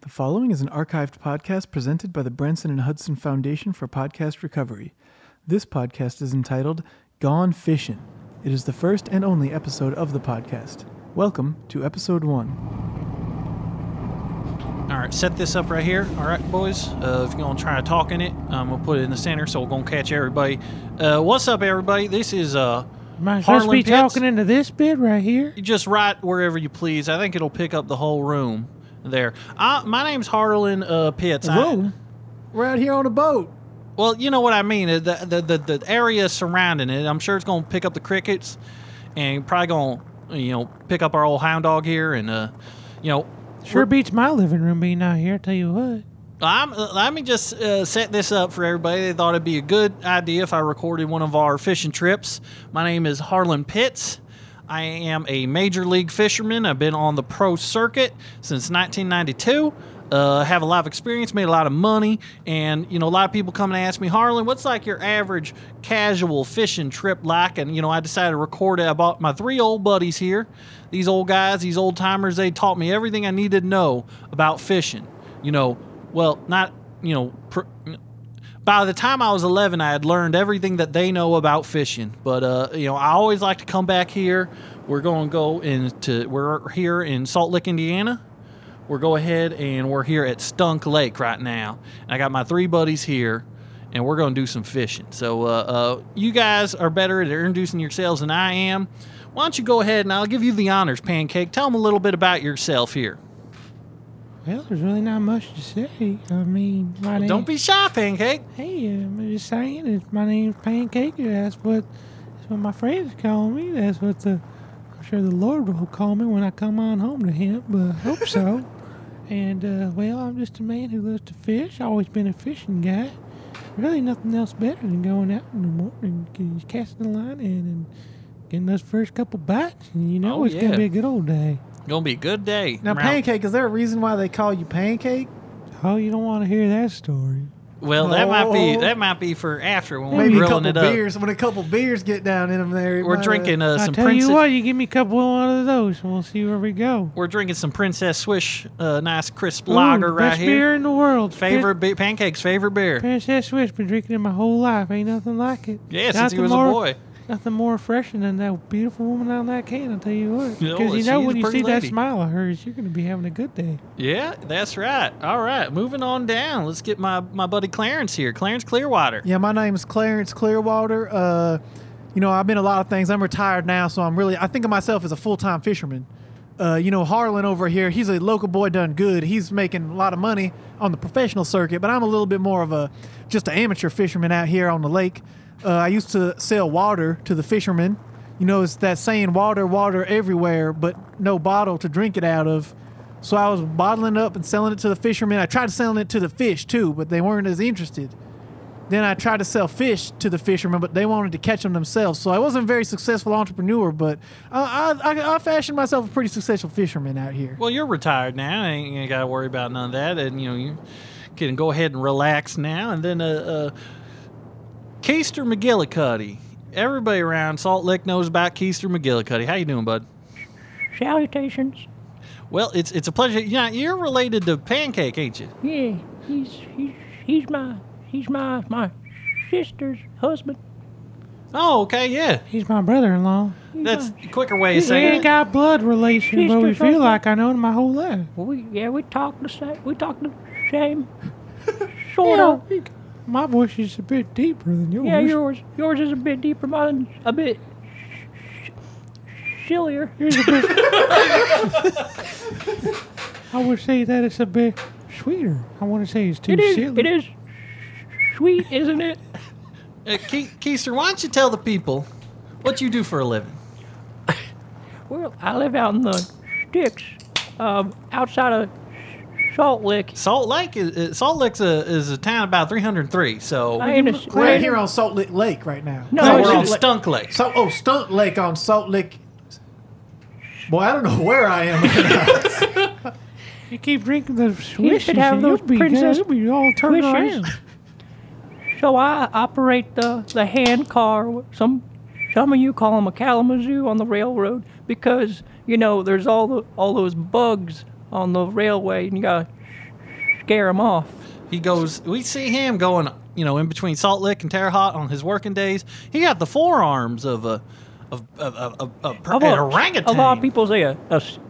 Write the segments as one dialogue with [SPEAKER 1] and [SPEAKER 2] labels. [SPEAKER 1] The following is an archived podcast presented by the Branson and Hudson Foundation for Podcast Recovery. This podcast is entitled Gone Fishing. It is the first and only episode of the podcast. Welcome to episode one.
[SPEAKER 2] All right, set this up right here. All right, boys. Uh, if you're gonna try to talk in it, um, we'll put it in the center so we're gonna catch everybody. Uh, what's up, everybody? This is uh,
[SPEAKER 3] Might supposed to
[SPEAKER 2] Harlan
[SPEAKER 3] be
[SPEAKER 2] Pitts.
[SPEAKER 3] talking into this bit right here.
[SPEAKER 2] just right wherever you please. I think it'll pick up the whole room there. I, my name's Harlan uh, Pitts. I-
[SPEAKER 1] We're out here on a boat.
[SPEAKER 2] well, you know what I mean. uh, The, the the the area surrounding it. I'm sure it's gonna pick up the crickets, and probably gonna you know pick up our old hound dog here, and uh, you know
[SPEAKER 3] Sure beats my living room being out here. I tell you what.
[SPEAKER 2] I'm, let me just uh, set this up for everybody. They thought it'd be a good idea if I recorded one of our fishing trips. My name is Harlan Pitts. I am a major league fisherman. I've been on the pro circuit since 1992. Uh, have a lot of experience, made a lot of money, and you know a lot of people come and ask me, Harlan, what's like your average casual fishing trip like? And you know I decided to record it. I bought my three old buddies here, these old guys, these old timers. They taught me everything I needed to know about fishing. You know well, not, you know, pr- by the time I was 11, I had learned everything that they know about fishing. But, uh, you know, I always like to come back here. We're going to go into, we're here in Salt Lake, Indiana. We're go ahead and we're here at Stunk Lake right now. And I got my three buddies here and we're going to do some fishing. So, uh, uh, you guys are better at introducing yourselves than I am. Why don't you go ahead and I'll give you the honors, Pancake. Tell them a little bit about yourself here.
[SPEAKER 3] Well, there's really not much to say. I mean, my name.
[SPEAKER 2] Don't be shy, Pancake.
[SPEAKER 3] Hey, I'm just saying. It's, my name's Pancake. That's what. That's what my friends call me. That's what the. I'm sure the Lord will call me when I come on home to Him. But I hope so. and uh, well, I'm just a man who loves to fish. Always been a fishing guy. Really, nothing else better than going out in the morning, and casting the line in, and getting those first couple bites. And you know
[SPEAKER 2] Oh,
[SPEAKER 3] it's
[SPEAKER 2] yeah.
[SPEAKER 3] gonna be a good old day.
[SPEAKER 2] Gonna be a good day.
[SPEAKER 1] Now,
[SPEAKER 2] Round-
[SPEAKER 1] Pancake, is there a reason why they call you Pancake?
[SPEAKER 3] Oh, you don't want to hear that story.
[SPEAKER 2] Well, that might be
[SPEAKER 1] Oh.
[SPEAKER 2] that might be for after when
[SPEAKER 1] Maybe
[SPEAKER 2] we're
[SPEAKER 1] a
[SPEAKER 2] grilling
[SPEAKER 1] couple
[SPEAKER 2] it up.
[SPEAKER 1] beers. When a couple beers get down in them, there. it might,
[SPEAKER 2] We're
[SPEAKER 1] uh,
[SPEAKER 2] drinking uh,
[SPEAKER 3] I
[SPEAKER 2] some
[SPEAKER 3] tell you
[SPEAKER 2] princess.
[SPEAKER 3] what, you give me a couple of one of those, and we'll see where we go.
[SPEAKER 2] We're drinking some Princess Swish, uh, nice crisp lager
[SPEAKER 3] Ooh,
[SPEAKER 2] right
[SPEAKER 3] best
[SPEAKER 2] here.
[SPEAKER 3] beer in the world.
[SPEAKER 2] Favorite be- pancakes, favorite beer.
[SPEAKER 3] Prin- Princess Swiss been drinking it my whole life. Ain't nothing like it.
[SPEAKER 2] yeah, since
[SPEAKER 3] Nothing
[SPEAKER 2] he was
[SPEAKER 3] more,
[SPEAKER 2] a boy.
[SPEAKER 3] Nothing more refreshing than that beautiful woman on that can. I tell you what,
[SPEAKER 2] Yeah,
[SPEAKER 3] because you
[SPEAKER 2] she's
[SPEAKER 3] know
[SPEAKER 2] a
[SPEAKER 3] when you
[SPEAKER 2] pretty
[SPEAKER 3] see
[SPEAKER 2] lady.
[SPEAKER 3] that smile of hers, you're going to be having a good day.
[SPEAKER 2] Yeah, that's right. All right, moving on down. Let's get my my buddy Clarence here. Clarence Clearwater.
[SPEAKER 1] Yeah, my name's Clarence Clearwater. Uh, you know, I've been a lot of things. I'm retired now, so I'm really I think of myself as a full time fisherman. Uh, you know, Harlan over here, he's a local boy done good. He's making a lot of money on the professional circuit, but I'm a little bit more of a just an amateur fisherman out here on the lake. Uh, I used to sell water to the fishermen. You know, it's that saying water, water everywhere, but no bottle to drink it out of. So I was bottling up and selling it to the fishermen. I tried selling it to the fish too, but they weren't as interested. Then I tried to sell fish to the fishermen, but they wanted to catch them themselves. So I wasn't a very successful entrepreneur, but I, I, I, I fashioned myself a pretty successful fisherman out here.
[SPEAKER 2] Well, you're retired now. Ain't, you ain't got to worry about none of that, and you know you can go ahead and relax now. And then, uh, uh, Keister McGillicuddy. Everybody around Salt Lake knows about Keister McGillicuddy. How you doing, bud?
[SPEAKER 4] Salutations.
[SPEAKER 2] Well, it's it's a pleasure. You know, you're related to Pancake, ain't you?
[SPEAKER 4] Yeah, he's he's he's my he's my my sister's husband.
[SPEAKER 2] Oh, okay, yeah.
[SPEAKER 3] He's my brother-in-law.
[SPEAKER 4] He's
[SPEAKER 2] That's
[SPEAKER 4] my-
[SPEAKER 2] a quicker way of
[SPEAKER 3] We ain't
[SPEAKER 2] saying it.
[SPEAKER 3] got blood relation, but we
[SPEAKER 4] Sister, sister.
[SPEAKER 3] feel like I know him my whole life.
[SPEAKER 4] well, we yeah we talk the same we talk the same
[SPEAKER 3] You
[SPEAKER 4] sort
[SPEAKER 3] know,
[SPEAKER 4] of.
[SPEAKER 3] my voice is a bit deeper than yours.
[SPEAKER 4] Yeah, yours yours is a bit deeper, mine's a bit sh- sh- sillier.
[SPEAKER 3] Here's a bit. I would say that it's a bit sweeter. I want to say it's too
[SPEAKER 4] It is
[SPEAKER 3] silly.
[SPEAKER 4] it is sweet, isn't it?
[SPEAKER 2] Uh, Ke- Keister, why don't you tell the people what you do for a living?
[SPEAKER 4] Well, I live out in the sticks, um, outside of Salt Lake.
[SPEAKER 2] Salt Lake is uh, Salt Lake's a is a town about 303. So
[SPEAKER 4] I ain't a,
[SPEAKER 1] We're
[SPEAKER 4] I
[SPEAKER 1] out
[SPEAKER 4] ain't-
[SPEAKER 1] here on Salt Lake Lake right now.
[SPEAKER 4] No,
[SPEAKER 2] So
[SPEAKER 4] Oh,
[SPEAKER 2] we're on
[SPEAKER 4] Salt Lake.
[SPEAKER 2] Stunk Lake.
[SPEAKER 1] So, oh, Stunt Lake on Salt Lake. Boy, I don't know where I am. right now.
[SPEAKER 3] You keep drinking the swishes.
[SPEAKER 4] have
[SPEAKER 3] and
[SPEAKER 4] those
[SPEAKER 3] you'll be
[SPEAKER 4] princess
[SPEAKER 3] good. You'll be all turned
[SPEAKER 4] Swishes.
[SPEAKER 3] around.
[SPEAKER 4] So I operate the, the hand car. Some some of you call them a Kalamazoo on the railroad because you know there's all the all those bugs on the railway, and you gotta scare them off.
[SPEAKER 2] He goes, we see him going, you know, in between Salt Lick and Terre Haute on his working days. He got the forearms of a, of, of, of, of, of
[SPEAKER 4] A
[SPEAKER 2] an
[SPEAKER 4] lot,
[SPEAKER 2] orangutan.
[SPEAKER 4] a lot of people say a, a s-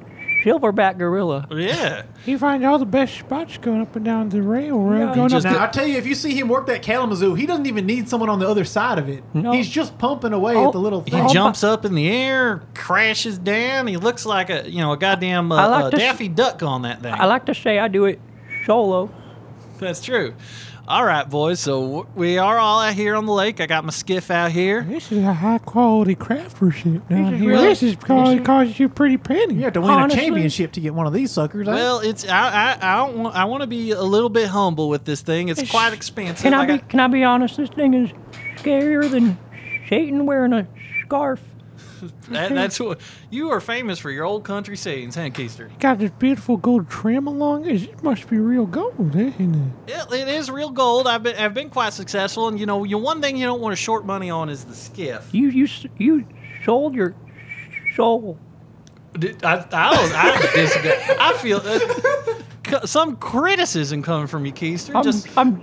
[SPEAKER 4] silverback gorilla.
[SPEAKER 2] Yeah.
[SPEAKER 3] He finds all the best spots going up and down the railroad.
[SPEAKER 4] Yeah, he
[SPEAKER 3] going
[SPEAKER 2] just-
[SPEAKER 3] up
[SPEAKER 1] Now I tell you, if you see him work that Kalamazoo, he doesn't even need someone on the other side of it.
[SPEAKER 4] No.
[SPEAKER 1] He's just pumping away
[SPEAKER 4] Oh,
[SPEAKER 1] at the little
[SPEAKER 2] He
[SPEAKER 1] thing.
[SPEAKER 4] jump-
[SPEAKER 2] jumps up in the air, crashes down. He looks like a, you know, a goddamn
[SPEAKER 4] I
[SPEAKER 2] uh,
[SPEAKER 4] like
[SPEAKER 2] uh,
[SPEAKER 4] to sh-
[SPEAKER 2] Daffy Duck on that thing.
[SPEAKER 4] I like to say I do it solo.
[SPEAKER 2] That's true. All right, boys. So w- we are all out here on the lake. I got my skiff out here.
[SPEAKER 3] This is a high quality craftsmanship down
[SPEAKER 4] is
[SPEAKER 3] here.
[SPEAKER 4] really-
[SPEAKER 3] this is because it costs you pretty penny.
[SPEAKER 1] you have to win
[SPEAKER 4] Honestly-
[SPEAKER 1] a championship to get one of these suckers. eh?
[SPEAKER 2] Well, it's I I, I don't want I want to be a little bit humble with this thing. It's
[SPEAKER 4] Sh-
[SPEAKER 2] quite expensive.
[SPEAKER 4] Can I be
[SPEAKER 2] got-
[SPEAKER 4] can I be honest? This thing is scarier than Satan wearing a scarf.
[SPEAKER 2] that, that's what you are famous for your old country sayings, huh, Keister?
[SPEAKER 3] Got this beautiful gold trim along it. It must be real gold, isn't it?
[SPEAKER 2] It, it is real gold. I've been I've been quite successful, and you know, you one thing you don't want to short money on is the skiff.
[SPEAKER 4] You you s- you sold your soul.
[SPEAKER 2] Did- I I, don't, I disagree. I feel uh, c- some criticism coming from you, Keister.
[SPEAKER 4] I'm
[SPEAKER 2] Just
[SPEAKER 4] I'm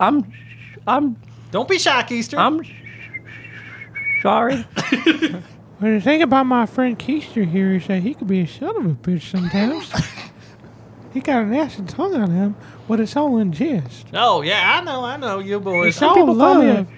[SPEAKER 4] I'm I'm
[SPEAKER 2] don't be shy, Keister.
[SPEAKER 4] I'm sorry.
[SPEAKER 3] But the thing about my friend Keister here is that he could be a son of a bitch sometimes. he got a nasty tongue on him, but it's all in jest.
[SPEAKER 2] oh yeah, I know, I know you boys.
[SPEAKER 3] It's all
[SPEAKER 4] People call me a
[SPEAKER 3] love.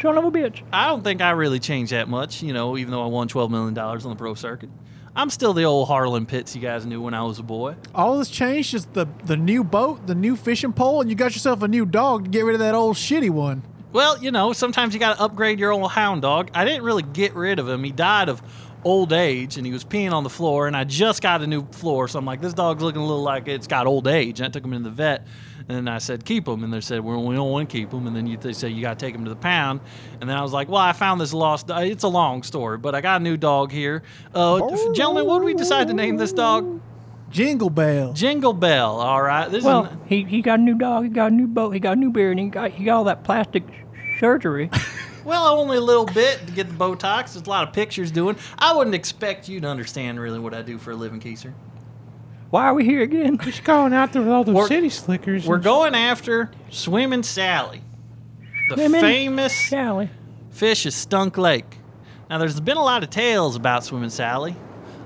[SPEAKER 4] son of a bitch.
[SPEAKER 2] I don't think I really changed that much, you know, even though I won $12 million on the pro circuit. I'm still the old Harlan Pitts you guys knew when I was a boy.
[SPEAKER 1] All that's changed is the the new boat, the new fishing pole, and you got yourself a new dog to get rid of that old shitty one.
[SPEAKER 2] Well, you know, sometimes you got to upgrade your old hound dog. I didn't really get rid of him. He died of old age and he was peeing on the floor, and I just got a new floor. So I'm like, this dog's looking a little like it's got old age. And I took him to the vet and I said, keep him. And they said, well, we don't want to keep him. And then you, they say, you got to take him to the pound. And then I was like, well, I found this lost. uh, It's a long story, but I got a new dog here. Uh, gentlemen, what did we decide to name this dog?
[SPEAKER 1] Jingle bell.
[SPEAKER 2] Jingle Bell. All right. This is
[SPEAKER 4] Well, he, he got a new dog, he got a new boat, he got a new beard, and he got he got all that plastic surgery.
[SPEAKER 2] Well, only a little bit to get the Botox. There's a lot of pictures doing. I wouldn't expect you to understand really what I do for a living, Keiser.
[SPEAKER 4] Why are we here again?
[SPEAKER 3] He's going out there with all those
[SPEAKER 2] We're-
[SPEAKER 3] city slickers.
[SPEAKER 2] We're
[SPEAKER 3] and
[SPEAKER 2] going after Swimming Sally, the
[SPEAKER 4] Swimming
[SPEAKER 2] famous
[SPEAKER 4] Sally.
[SPEAKER 2] fish of Stunk Lake. Now, there's been a lot of tales about Swimming Sally,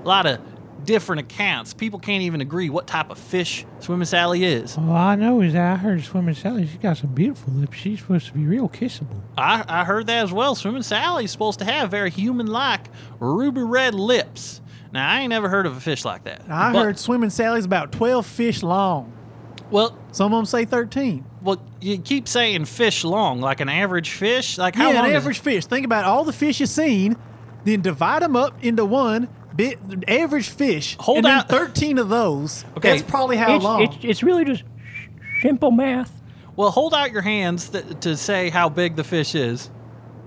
[SPEAKER 2] a lot of different accounts. People can't even agree what type of fish Swimming Sally is.
[SPEAKER 3] All I know is that I heard Swimming Sally, she's got some beautiful lips. She's supposed to be real kissable.
[SPEAKER 2] I, I heard that as well. Swimming Sally's supposed to have very human like ruby red lips. Now, I ain't never heard of a fish like that.
[SPEAKER 1] I
[SPEAKER 2] But-
[SPEAKER 1] heard swimming Sally's about twelve fish long.
[SPEAKER 2] Well,
[SPEAKER 1] Some of them say thirteen.
[SPEAKER 2] Well, you keep saying fish long, like an average fish. Like how
[SPEAKER 1] yeah,
[SPEAKER 2] long?
[SPEAKER 1] an
[SPEAKER 2] is-
[SPEAKER 1] average fish. Think about all the fish you've seen, then divide them up into one bit average fish.
[SPEAKER 2] Hold
[SPEAKER 1] and
[SPEAKER 2] out-
[SPEAKER 1] then thirteen of those.
[SPEAKER 2] Okay.
[SPEAKER 1] that's probably how
[SPEAKER 4] it's,
[SPEAKER 1] long.
[SPEAKER 4] It's, it's really just simple math.
[SPEAKER 2] well, hold out your hands th- to say how big the fish is.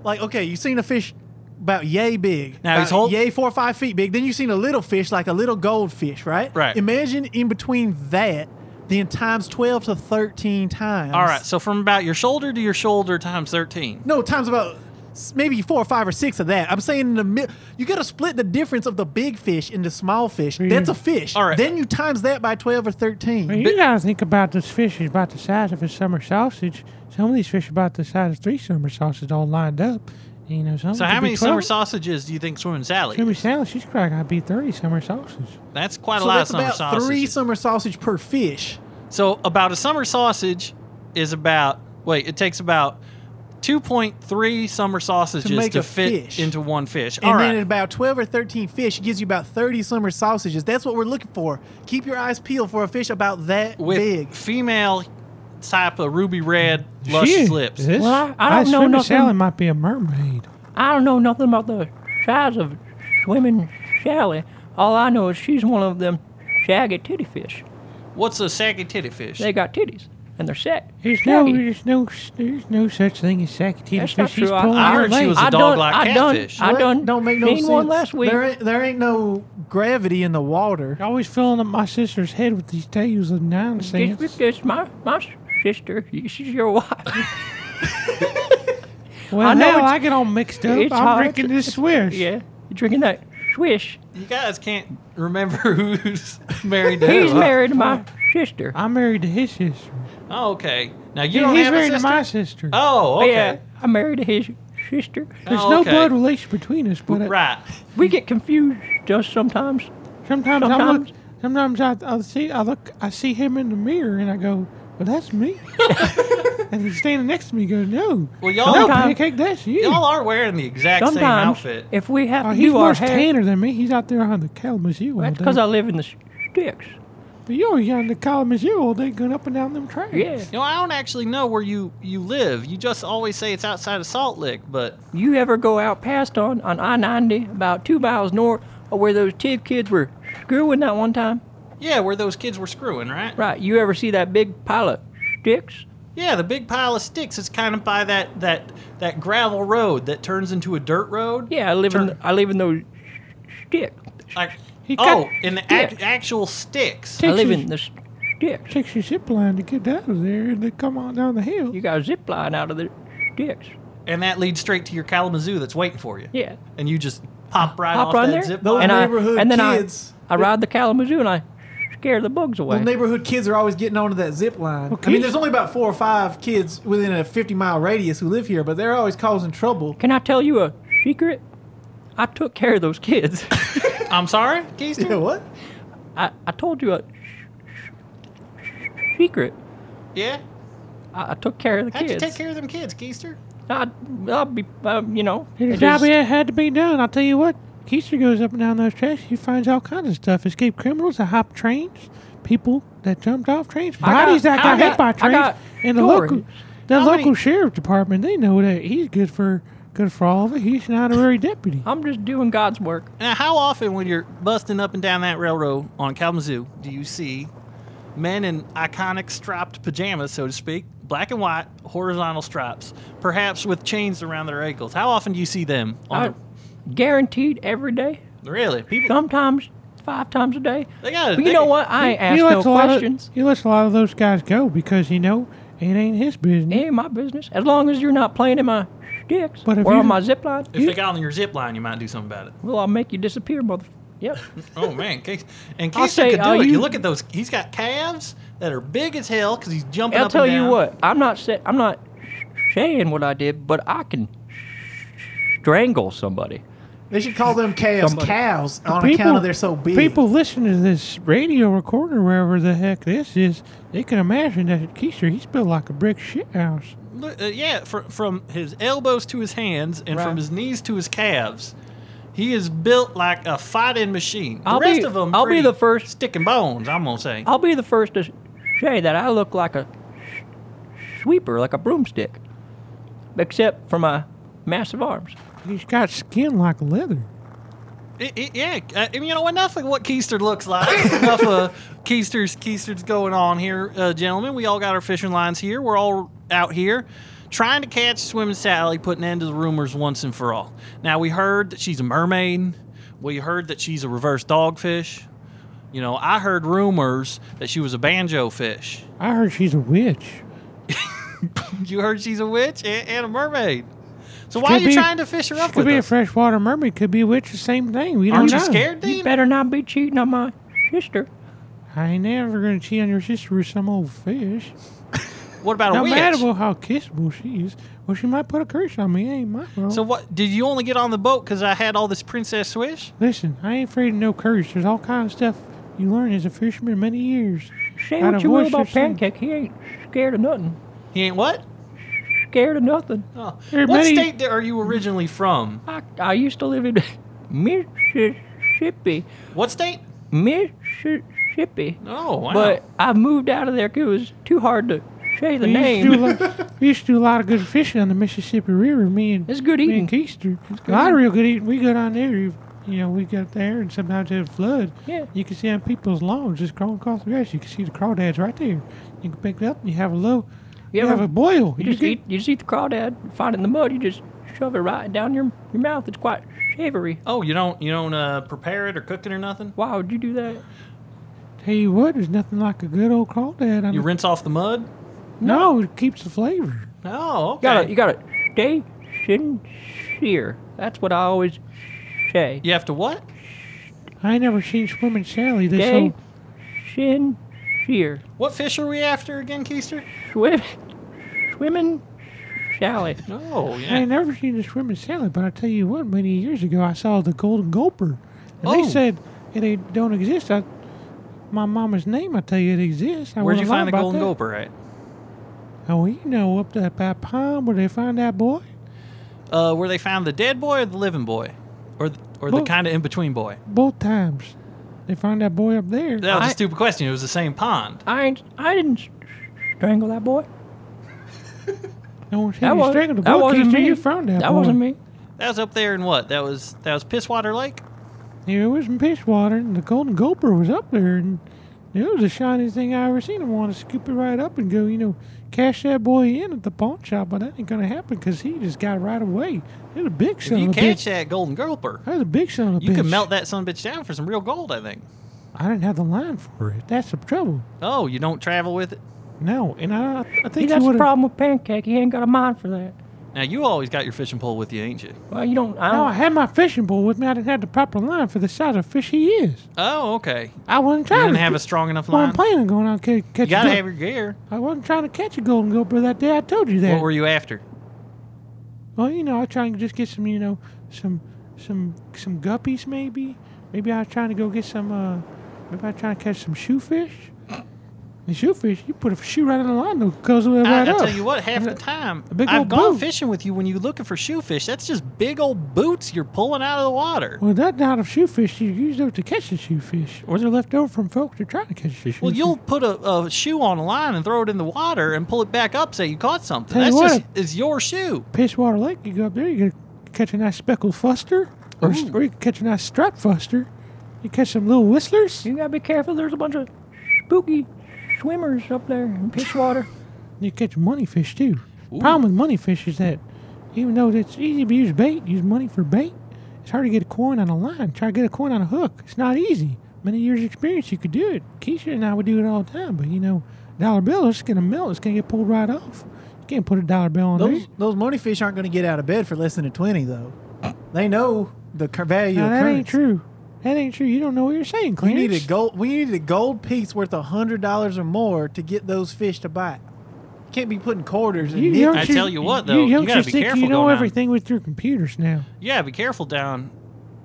[SPEAKER 1] like okay, you've seen a fish about yay big.
[SPEAKER 2] Now he's
[SPEAKER 1] about
[SPEAKER 2] hold-
[SPEAKER 1] yay four or five feet big. Then you've seen a little fish like a little goldfish, right?
[SPEAKER 2] Right.
[SPEAKER 1] Imagine in between that, then times twelve to thirteen times.
[SPEAKER 2] All right, so from about your shoulder to your shoulder times thirteen.
[SPEAKER 1] No, times about s- maybe four or five or six of that. I'm saying in the mid, you got to split the difference of the big fish into small fish. That's a fish.
[SPEAKER 2] All right.
[SPEAKER 1] Then you times that by 12 or
[SPEAKER 3] Well,
[SPEAKER 1] 13.
[SPEAKER 3] you gotta think about this fish is about the size of a summer sausage. Some of these fish are about the size of three summer sausages all lined up. You know, some
[SPEAKER 2] So
[SPEAKER 3] could
[SPEAKER 2] how
[SPEAKER 3] be
[SPEAKER 2] many summer
[SPEAKER 3] 12.
[SPEAKER 2] sausages do you think swimming Sally?
[SPEAKER 3] Summer salad, she's probably gotta be thirty summer sausages.
[SPEAKER 2] That's quite a
[SPEAKER 1] So
[SPEAKER 2] lot
[SPEAKER 1] that's
[SPEAKER 2] of summer
[SPEAKER 1] about
[SPEAKER 2] sausages.
[SPEAKER 1] three summer sausage per fish.
[SPEAKER 2] so about a summer sausage is about wait, it takes about two point three summer sausages to,
[SPEAKER 1] make a
[SPEAKER 2] fit
[SPEAKER 1] fish.
[SPEAKER 2] into one fish.
[SPEAKER 1] And
[SPEAKER 2] All
[SPEAKER 1] then
[SPEAKER 2] right.
[SPEAKER 1] at about 12 or 13 fish, it gives you about 30 summer sausages. That's what we're looking for. Keep your eyes peeled for a fish about that
[SPEAKER 2] with
[SPEAKER 1] big.
[SPEAKER 2] female type of ruby red luscious
[SPEAKER 3] She-
[SPEAKER 2] lips.
[SPEAKER 3] This,
[SPEAKER 4] Well, I- I don't know
[SPEAKER 3] Summer
[SPEAKER 4] nothing-
[SPEAKER 3] salad might be a mermaid.
[SPEAKER 4] I don't know nothing about the size of swimming Sally. All I know is she's one of them shaggy titty fish.
[SPEAKER 2] What's a saggy titty fish?
[SPEAKER 4] They got titties, and they're set.
[SPEAKER 3] There's no,
[SPEAKER 4] shaggy.
[SPEAKER 3] there's no, there's no such thing as sacatina
[SPEAKER 4] That's not
[SPEAKER 3] fish. She's
[SPEAKER 4] true. I-
[SPEAKER 3] pulling
[SPEAKER 4] I
[SPEAKER 3] her
[SPEAKER 2] heard she
[SPEAKER 3] leg.
[SPEAKER 2] was a
[SPEAKER 4] I
[SPEAKER 2] dog
[SPEAKER 4] done,
[SPEAKER 2] like
[SPEAKER 4] I done,
[SPEAKER 2] catfish.
[SPEAKER 4] I
[SPEAKER 1] What?
[SPEAKER 4] done.
[SPEAKER 1] Don't make no
[SPEAKER 4] seen
[SPEAKER 1] sense.
[SPEAKER 4] one last week.
[SPEAKER 1] There ain't, there ain't no gravity in the water.
[SPEAKER 3] always filling up my sister's head with these tales of nonsense.
[SPEAKER 4] It's, it's my my sister. She's your wife.
[SPEAKER 3] Well,
[SPEAKER 4] I know
[SPEAKER 3] hell,
[SPEAKER 4] it's-
[SPEAKER 3] I get all mixed up.
[SPEAKER 4] it's
[SPEAKER 3] I'm
[SPEAKER 4] hard
[SPEAKER 3] drinking
[SPEAKER 4] to-
[SPEAKER 3] this Swiss.
[SPEAKER 4] yeah, you drinking that swish.
[SPEAKER 2] You guys can't remember who's married to
[SPEAKER 4] He's
[SPEAKER 2] who.
[SPEAKER 4] married to my sister.
[SPEAKER 3] I'm married to his sister.
[SPEAKER 2] Oh, okay. Now you don't
[SPEAKER 3] he's
[SPEAKER 2] have a
[SPEAKER 3] married
[SPEAKER 2] sister.
[SPEAKER 3] to my sister.
[SPEAKER 2] Oh, okay.
[SPEAKER 4] Yeah, I married his sister.
[SPEAKER 3] There's
[SPEAKER 2] Oh,
[SPEAKER 3] no
[SPEAKER 2] okay.
[SPEAKER 3] blood relation between us, but uh, I-
[SPEAKER 2] Right.
[SPEAKER 4] We get confused just sometimes.
[SPEAKER 3] sometimes, I
[SPEAKER 4] Sometimes-
[SPEAKER 3] look. Sometimes I, I see I look I see him in the mirror and I go, well that's me. and he's standing next to me. Goes no.
[SPEAKER 2] Well, y'all-
[SPEAKER 3] no
[SPEAKER 4] Sometimes-
[SPEAKER 3] pancake. That's you.
[SPEAKER 2] Y'all are wearing the exact same
[SPEAKER 4] Sometimes,
[SPEAKER 2] outfit.
[SPEAKER 4] if we have
[SPEAKER 3] Oh,
[SPEAKER 4] to
[SPEAKER 3] he's
[SPEAKER 4] do our
[SPEAKER 3] much
[SPEAKER 4] hair,
[SPEAKER 3] tanner than me. He's out there on the Kalamazoo all
[SPEAKER 4] that's
[SPEAKER 3] day.
[SPEAKER 4] because I live in the s- sticks.
[SPEAKER 3] But you're on the Kalamazoo all day going up and down them trails.
[SPEAKER 4] Yeah.
[SPEAKER 2] You know, I don't actually know where you you live. You just always say it's outside of Salt Lick, but
[SPEAKER 4] You ever go out past on on I ninety about two miles north of where those TIV kids were screwing that one time?
[SPEAKER 2] yeah, where those kids were screwing, right?
[SPEAKER 4] Right. You ever see that big pile of sticks?
[SPEAKER 2] Yeah, the big pile of sticks is kind of by that that that gravel road that turns into a dirt road.
[SPEAKER 4] Yeah, I live in
[SPEAKER 2] Turn-
[SPEAKER 4] I live in those sticks.
[SPEAKER 2] Like,
[SPEAKER 3] He
[SPEAKER 2] oh,
[SPEAKER 3] cut-
[SPEAKER 2] in the ac-
[SPEAKER 4] sticks.
[SPEAKER 2] actual sticks.
[SPEAKER 4] I
[SPEAKER 3] Takes
[SPEAKER 4] live
[SPEAKER 3] you-
[SPEAKER 4] in the s- sticks.
[SPEAKER 3] Takes your zip line to get out of there and then come on down the hill.
[SPEAKER 4] You got a zip line out of the sticks.
[SPEAKER 2] And that leads straight to your Kalamazoo that's waiting for you.
[SPEAKER 4] Yeah.
[SPEAKER 2] And you just pop right
[SPEAKER 4] Hop
[SPEAKER 2] off
[SPEAKER 4] right
[SPEAKER 2] that
[SPEAKER 4] there.
[SPEAKER 2] zip
[SPEAKER 1] Those
[SPEAKER 2] line.
[SPEAKER 4] And I-
[SPEAKER 1] neighborhood
[SPEAKER 4] and then I-
[SPEAKER 1] kids.
[SPEAKER 4] I ride the Kalamazoo and I scare the bugs away.
[SPEAKER 1] Well, neighborhood kids are always getting onto that zip line. I mean, there's only about four or five kids within a 50 mile radius who live here, but they're always causing trouble.
[SPEAKER 4] Can I tell you a secret? I took care of those kids.
[SPEAKER 2] I'm sorry, Keister?
[SPEAKER 1] Yeah, what?
[SPEAKER 4] I, I told you a secret.
[SPEAKER 2] Yeah?
[SPEAKER 4] I, I took care of the
[SPEAKER 2] How'd you
[SPEAKER 4] kids.
[SPEAKER 2] take care of them kids, Keister?
[SPEAKER 4] I, I'll be, um, you know,
[SPEAKER 3] The
[SPEAKER 4] it
[SPEAKER 3] job
[SPEAKER 4] is-
[SPEAKER 3] had had to be done. I'll tell you what. Keister goes up and down those tracks. He finds all kinds of stuff. Escaped criminals that hop trains, people that jumped off trains,
[SPEAKER 4] got-
[SPEAKER 3] bodies that got,
[SPEAKER 4] I got-
[SPEAKER 3] hit by
[SPEAKER 4] I
[SPEAKER 3] trains,
[SPEAKER 4] got
[SPEAKER 3] and the
[SPEAKER 4] stories.
[SPEAKER 3] local, the
[SPEAKER 2] How
[SPEAKER 3] local
[SPEAKER 2] many-
[SPEAKER 3] sheriff department. They know that he's good for good for all of it. He's an honorary deputy.
[SPEAKER 4] I'm just doing God's work.
[SPEAKER 2] Now, how often when you're busting up and down that railroad on Kalamazoo do you see men in iconic striped pajamas, so to speak, black and white, horizontal stripes, perhaps with chains around their ankles? How often do you see them?
[SPEAKER 4] I,
[SPEAKER 2] On
[SPEAKER 4] guaranteed every day.
[SPEAKER 2] the, really? People,
[SPEAKER 4] Sometimes five times a day.
[SPEAKER 2] They gotta-
[SPEAKER 4] But you
[SPEAKER 2] they-
[SPEAKER 4] know what? I ain't ask no
[SPEAKER 3] lets a lot of-
[SPEAKER 4] questions.
[SPEAKER 3] he lets a lot of those guys go because you know it ain't his
[SPEAKER 4] It
[SPEAKER 3] business.
[SPEAKER 4] ain't my business. As long as you're not playing in my sticks
[SPEAKER 3] But if
[SPEAKER 4] or
[SPEAKER 3] you-
[SPEAKER 4] on my zip line,
[SPEAKER 2] if they got on your zip line, you might do something about it.
[SPEAKER 4] well, I'll make you disappear, mother. Yep.
[SPEAKER 2] Oh man, Case, and
[SPEAKER 4] I'll
[SPEAKER 2] Keister
[SPEAKER 4] say,
[SPEAKER 2] could do
[SPEAKER 4] uh,
[SPEAKER 2] it. You,
[SPEAKER 4] you-
[SPEAKER 2] look at those; he's got calves that are big as hell because he's jumping
[SPEAKER 4] I'll
[SPEAKER 2] up.
[SPEAKER 4] tell
[SPEAKER 2] and down.
[SPEAKER 4] you what. I'm not say, I'm not saying what I did, but I can strangle somebody.
[SPEAKER 1] They should call them calves
[SPEAKER 4] Somebody-
[SPEAKER 1] cows on account of they're so big.
[SPEAKER 3] People listen to this radio recorder wherever the heck this is. They can imagine that Keister he's built like a brick shit house.
[SPEAKER 2] Look, uh, yeah, fr- from his elbows to his hands and from
[SPEAKER 4] Right.
[SPEAKER 2] his knees to his calves, he is built like a fighting machine. The
[SPEAKER 4] I'll
[SPEAKER 2] rest
[SPEAKER 4] be-
[SPEAKER 2] of them,
[SPEAKER 4] I'll be the first-
[SPEAKER 2] stick and bones. I'm gonna say.
[SPEAKER 4] I'll be the first to say that I look like a sweeper, like a broomstick, except for my massive arms.
[SPEAKER 3] He's got skin like leather.
[SPEAKER 2] I- I- yeah, uh, and you know enough of what Keister looks like. enough of Keister's Keister's going on here, uh, gentlemen. We all got our fishing lines here. We're all out here trying to catch swimming Sally, put an end to the rumors once and for all. Now we heard that she's a mermaid. We heard that she's a reverse dogfish. You know, I heard rumors that she was a banjo fish.
[SPEAKER 3] I heard she's a witch.
[SPEAKER 2] You heard she's a witch and, and a mermaid. So
[SPEAKER 3] Could
[SPEAKER 2] why are you
[SPEAKER 3] be-
[SPEAKER 2] trying to fish her up
[SPEAKER 3] Could
[SPEAKER 2] with
[SPEAKER 3] be a
[SPEAKER 2] us?
[SPEAKER 3] freshwater mermaid. Could be a witch. The same thing. We
[SPEAKER 2] Aren't
[SPEAKER 3] don't
[SPEAKER 2] you
[SPEAKER 3] know.
[SPEAKER 2] scared,
[SPEAKER 4] You
[SPEAKER 2] Dean?
[SPEAKER 4] better not be cheating on my sister.
[SPEAKER 3] I ain't never gonna cheat on your sister with some old fish.
[SPEAKER 2] What about a
[SPEAKER 3] no
[SPEAKER 2] witch?
[SPEAKER 3] matter about how kissable she is, well, she might put a curse on me. Ain't my fault.
[SPEAKER 2] So what? Did you only get on the boat because I had all this princess wish?
[SPEAKER 3] Listen, I ain't afraid of no curse. There's all kind of stuff you learn as a fisherman many years.
[SPEAKER 4] Say
[SPEAKER 3] Out
[SPEAKER 4] what
[SPEAKER 3] of
[SPEAKER 4] you will
[SPEAKER 3] Worcester
[SPEAKER 4] about
[SPEAKER 3] City.
[SPEAKER 4] Pancake, he ain't scared of nothing.
[SPEAKER 2] He ain't what?
[SPEAKER 4] Scared of nothing.
[SPEAKER 2] Oh.
[SPEAKER 3] There are
[SPEAKER 2] What
[SPEAKER 3] many-
[SPEAKER 2] state are you originally from?
[SPEAKER 4] I, I used to live in Mississippi.
[SPEAKER 2] What state?
[SPEAKER 4] Mississippi.
[SPEAKER 2] Oh, wow.
[SPEAKER 4] But I moved out of there 'cause it was too hard to say the
[SPEAKER 3] We used,
[SPEAKER 4] name.
[SPEAKER 3] to do a lot, we used to do a lot of good fishing on the Mississippi River. Me and
[SPEAKER 4] It's good
[SPEAKER 3] me and
[SPEAKER 4] eating.
[SPEAKER 3] Keister. A lot of real good eating. We go down there. You, you know, we got there, and sometimes there's flood.
[SPEAKER 4] Yeah.
[SPEAKER 3] You can see on people's lawns just growing across the grass. You can see the crawdads right there. You can pick it up and you have a little. You,
[SPEAKER 4] You
[SPEAKER 3] have
[SPEAKER 4] ever-
[SPEAKER 3] a boil. You
[SPEAKER 4] You just
[SPEAKER 3] get-
[SPEAKER 4] eat, you just eat the crawdad, find it in the mud. You just shove it right down your your mouth. It's quite savory.
[SPEAKER 2] oh, you don't you don't uh, prepare it or cook it or nothing?
[SPEAKER 4] Why would you do that?
[SPEAKER 3] Tell you what, there's nothing like a good old crawdad. On
[SPEAKER 2] You
[SPEAKER 3] the,
[SPEAKER 2] rinse off the mud?
[SPEAKER 3] no, it keeps the flavor.
[SPEAKER 2] Oh, okay.
[SPEAKER 4] You gotta, you gotta stay sincere. That's what I always say.
[SPEAKER 2] You have to what?
[SPEAKER 3] I ain't never seen swimming Sally. This
[SPEAKER 4] Stay
[SPEAKER 3] old,
[SPEAKER 4] shear.
[SPEAKER 2] What fish are we after again, Keister?
[SPEAKER 4] Swim, swimming shallot.
[SPEAKER 2] No,
[SPEAKER 3] I
[SPEAKER 2] Oh, yeah.
[SPEAKER 3] ain't never seen a swimming salad, but I tell you what, many years ago I saw the golden gulper, and
[SPEAKER 2] Oh.
[SPEAKER 3] they said it ain't- don't exist. I, my mama's name, I tell you, it exists. I
[SPEAKER 2] Where'd
[SPEAKER 3] wouldn't
[SPEAKER 2] you
[SPEAKER 3] lie
[SPEAKER 2] find the
[SPEAKER 3] about
[SPEAKER 2] golden
[SPEAKER 3] that.
[SPEAKER 2] gopher at?
[SPEAKER 3] Oh, you know, up that by pond where they find that boy.
[SPEAKER 2] Uh, where they found the dead boy or the living boy? Or, th- or the
[SPEAKER 3] Both.
[SPEAKER 2] kind of in between boy?
[SPEAKER 3] Both times, they find that boy up there.
[SPEAKER 2] That was
[SPEAKER 4] I-
[SPEAKER 2] a stupid question. It was the same pond.
[SPEAKER 4] I ain't, I didn't s- strangle that boy.
[SPEAKER 3] No one seen
[SPEAKER 4] That,
[SPEAKER 3] you
[SPEAKER 4] was,
[SPEAKER 3] strangle the boy.
[SPEAKER 4] that wasn't
[SPEAKER 3] Keith,
[SPEAKER 4] me.
[SPEAKER 3] You found that,
[SPEAKER 4] that
[SPEAKER 3] boy.
[SPEAKER 4] wasn't me.
[SPEAKER 2] That was up there in what? That was that was Pisswater Lake.
[SPEAKER 3] Yeah, it was in piss water, and the golden gopher was up there, and it was the shiniest thing I ever seen. I want to scoop it right up and go, you know, cash that boy in at the pawn shop, but that ain't gonna happen because he just got right away. It was a big
[SPEAKER 2] If
[SPEAKER 3] son
[SPEAKER 2] you
[SPEAKER 3] of a
[SPEAKER 2] catch
[SPEAKER 3] bitch.
[SPEAKER 2] that golden gopher,
[SPEAKER 3] That was a big son of a
[SPEAKER 2] you
[SPEAKER 3] bitch.
[SPEAKER 2] can melt that son of a bitch down for some real gold. I think.
[SPEAKER 3] I didn't have the line for it. That's the trouble.
[SPEAKER 2] Oh, you don't travel with it.
[SPEAKER 3] No, and I, I
[SPEAKER 4] See,
[SPEAKER 3] think
[SPEAKER 4] that's
[SPEAKER 3] he
[SPEAKER 4] the
[SPEAKER 3] would've-
[SPEAKER 4] problem with Pancake. He ain't got a mind for that.
[SPEAKER 2] Now you always got your fishing pole with you, ain't you?
[SPEAKER 4] Well, you don't. I
[SPEAKER 2] Oh.
[SPEAKER 3] No,
[SPEAKER 4] don't.
[SPEAKER 3] I had my fishing pole with me. I didn't have the proper line for the size of fish he is.
[SPEAKER 2] Oh, okay.
[SPEAKER 3] I wasn't
[SPEAKER 2] You
[SPEAKER 3] trying
[SPEAKER 2] didn't
[SPEAKER 3] to
[SPEAKER 2] have a strong enough
[SPEAKER 3] well, I'm
[SPEAKER 2] line.
[SPEAKER 3] planning on going out and ca- catch
[SPEAKER 2] You gotta
[SPEAKER 3] a
[SPEAKER 2] have
[SPEAKER 3] go-
[SPEAKER 2] your gear.
[SPEAKER 3] I wasn't trying to catch a golden gopher that day. I told you that.
[SPEAKER 2] What were you after?
[SPEAKER 3] Well, you know, I was trying to just get some, you know, some, some, some guppies maybe. Maybe I was trying to go get some. uh Maybe I was trying to catch some shoefish. And shoefish, you put a shoe right on the line, it goes away
[SPEAKER 2] I, I
[SPEAKER 3] right up.
[SPEAKER 2] tell you what, half the time
[SPEAKER 3] a big
[SPEAKER 2] I've
[SPEAKER 3] old
[SPEAKER 2] gone
[SPEAKER 3] boot.
[SPEAKER 2] fishing with you when you're looking for shoefish. That's just big old boots you're pulling out of the water.
[SPEAKER 3] Well, that out of shoefish, you use those to catch the shoefish, or they're left over from folks that are trying to catch the shoefish.
[SPEAKER 2] Well, you'll put a, a shoe on a line and throw it in the water and pull it back up, say you caught something.
[SPEAKER 3] Tell you
[SPEAKER 2] That's
[SPEAKER 3] what.
[SPEAKER 2] just it's your shoe.
[SPEAKER 3] piss water lake. You go up there, you can catch a nice speckled fuster, or,
[SPEAKER 2] Ooh.
[SPEAKER 3] or you can catch a nice striped fuster. You catch some little whistlers.
[SPEAKER 4] You gotta be careful. There's a bunch of spooky swimmers up there in pitch water.
[SPEAKER 3] You catch money fish too. Problem with money fish is that even though it's easy to use bait, use money for bait, it's hard to get a coin on a line. Try to get a coin on a hook. It's not easy. Many years of experience, you could do it. Keisha and I would do it all the time, but you know, dollar bill it's gonna melt. It's gonna get pulled right off. You can't put a dollar bill on
[SPEAKER 1] Those
[SPEAKER 3] there.
[SPEAKER 1] those money fish aren't going to get out of bed for less than a twenty though. They know the cur- value.
[SPEAKER 3] Now,
[SPEAKER 1] of
[SPEAKER 3] that ain't
[SPEAKER 1] currency.
[SPEAKER 3] true. That ain't true. You don't know what you're saying,
[SPEAKER 1] We
[SPEAKER 3] Clarence.
[SPEAKER 1] needed gold. We needed a gold piece worth a hundred dollars or more to get those fish to bite. You can't be putting quarters. in
[SPEAKER 3] You
[SPEAKER 1] nickels.
[SPEAKER 2] I
[SPEAKER 3] youngsters-
[SPEAKER 2] tell you what, though, you gotta
[SPEAKER 3] youngsters
[SPEAKER 2] be
[SPEAKER 3] think
[SPEAKER 2] careful
[SPEAKER 3] You know
[SPEAKER 2] going on.
[SPEAKER 3] everything with your computers now.
[SPEAKER 2] Yeah, be careful down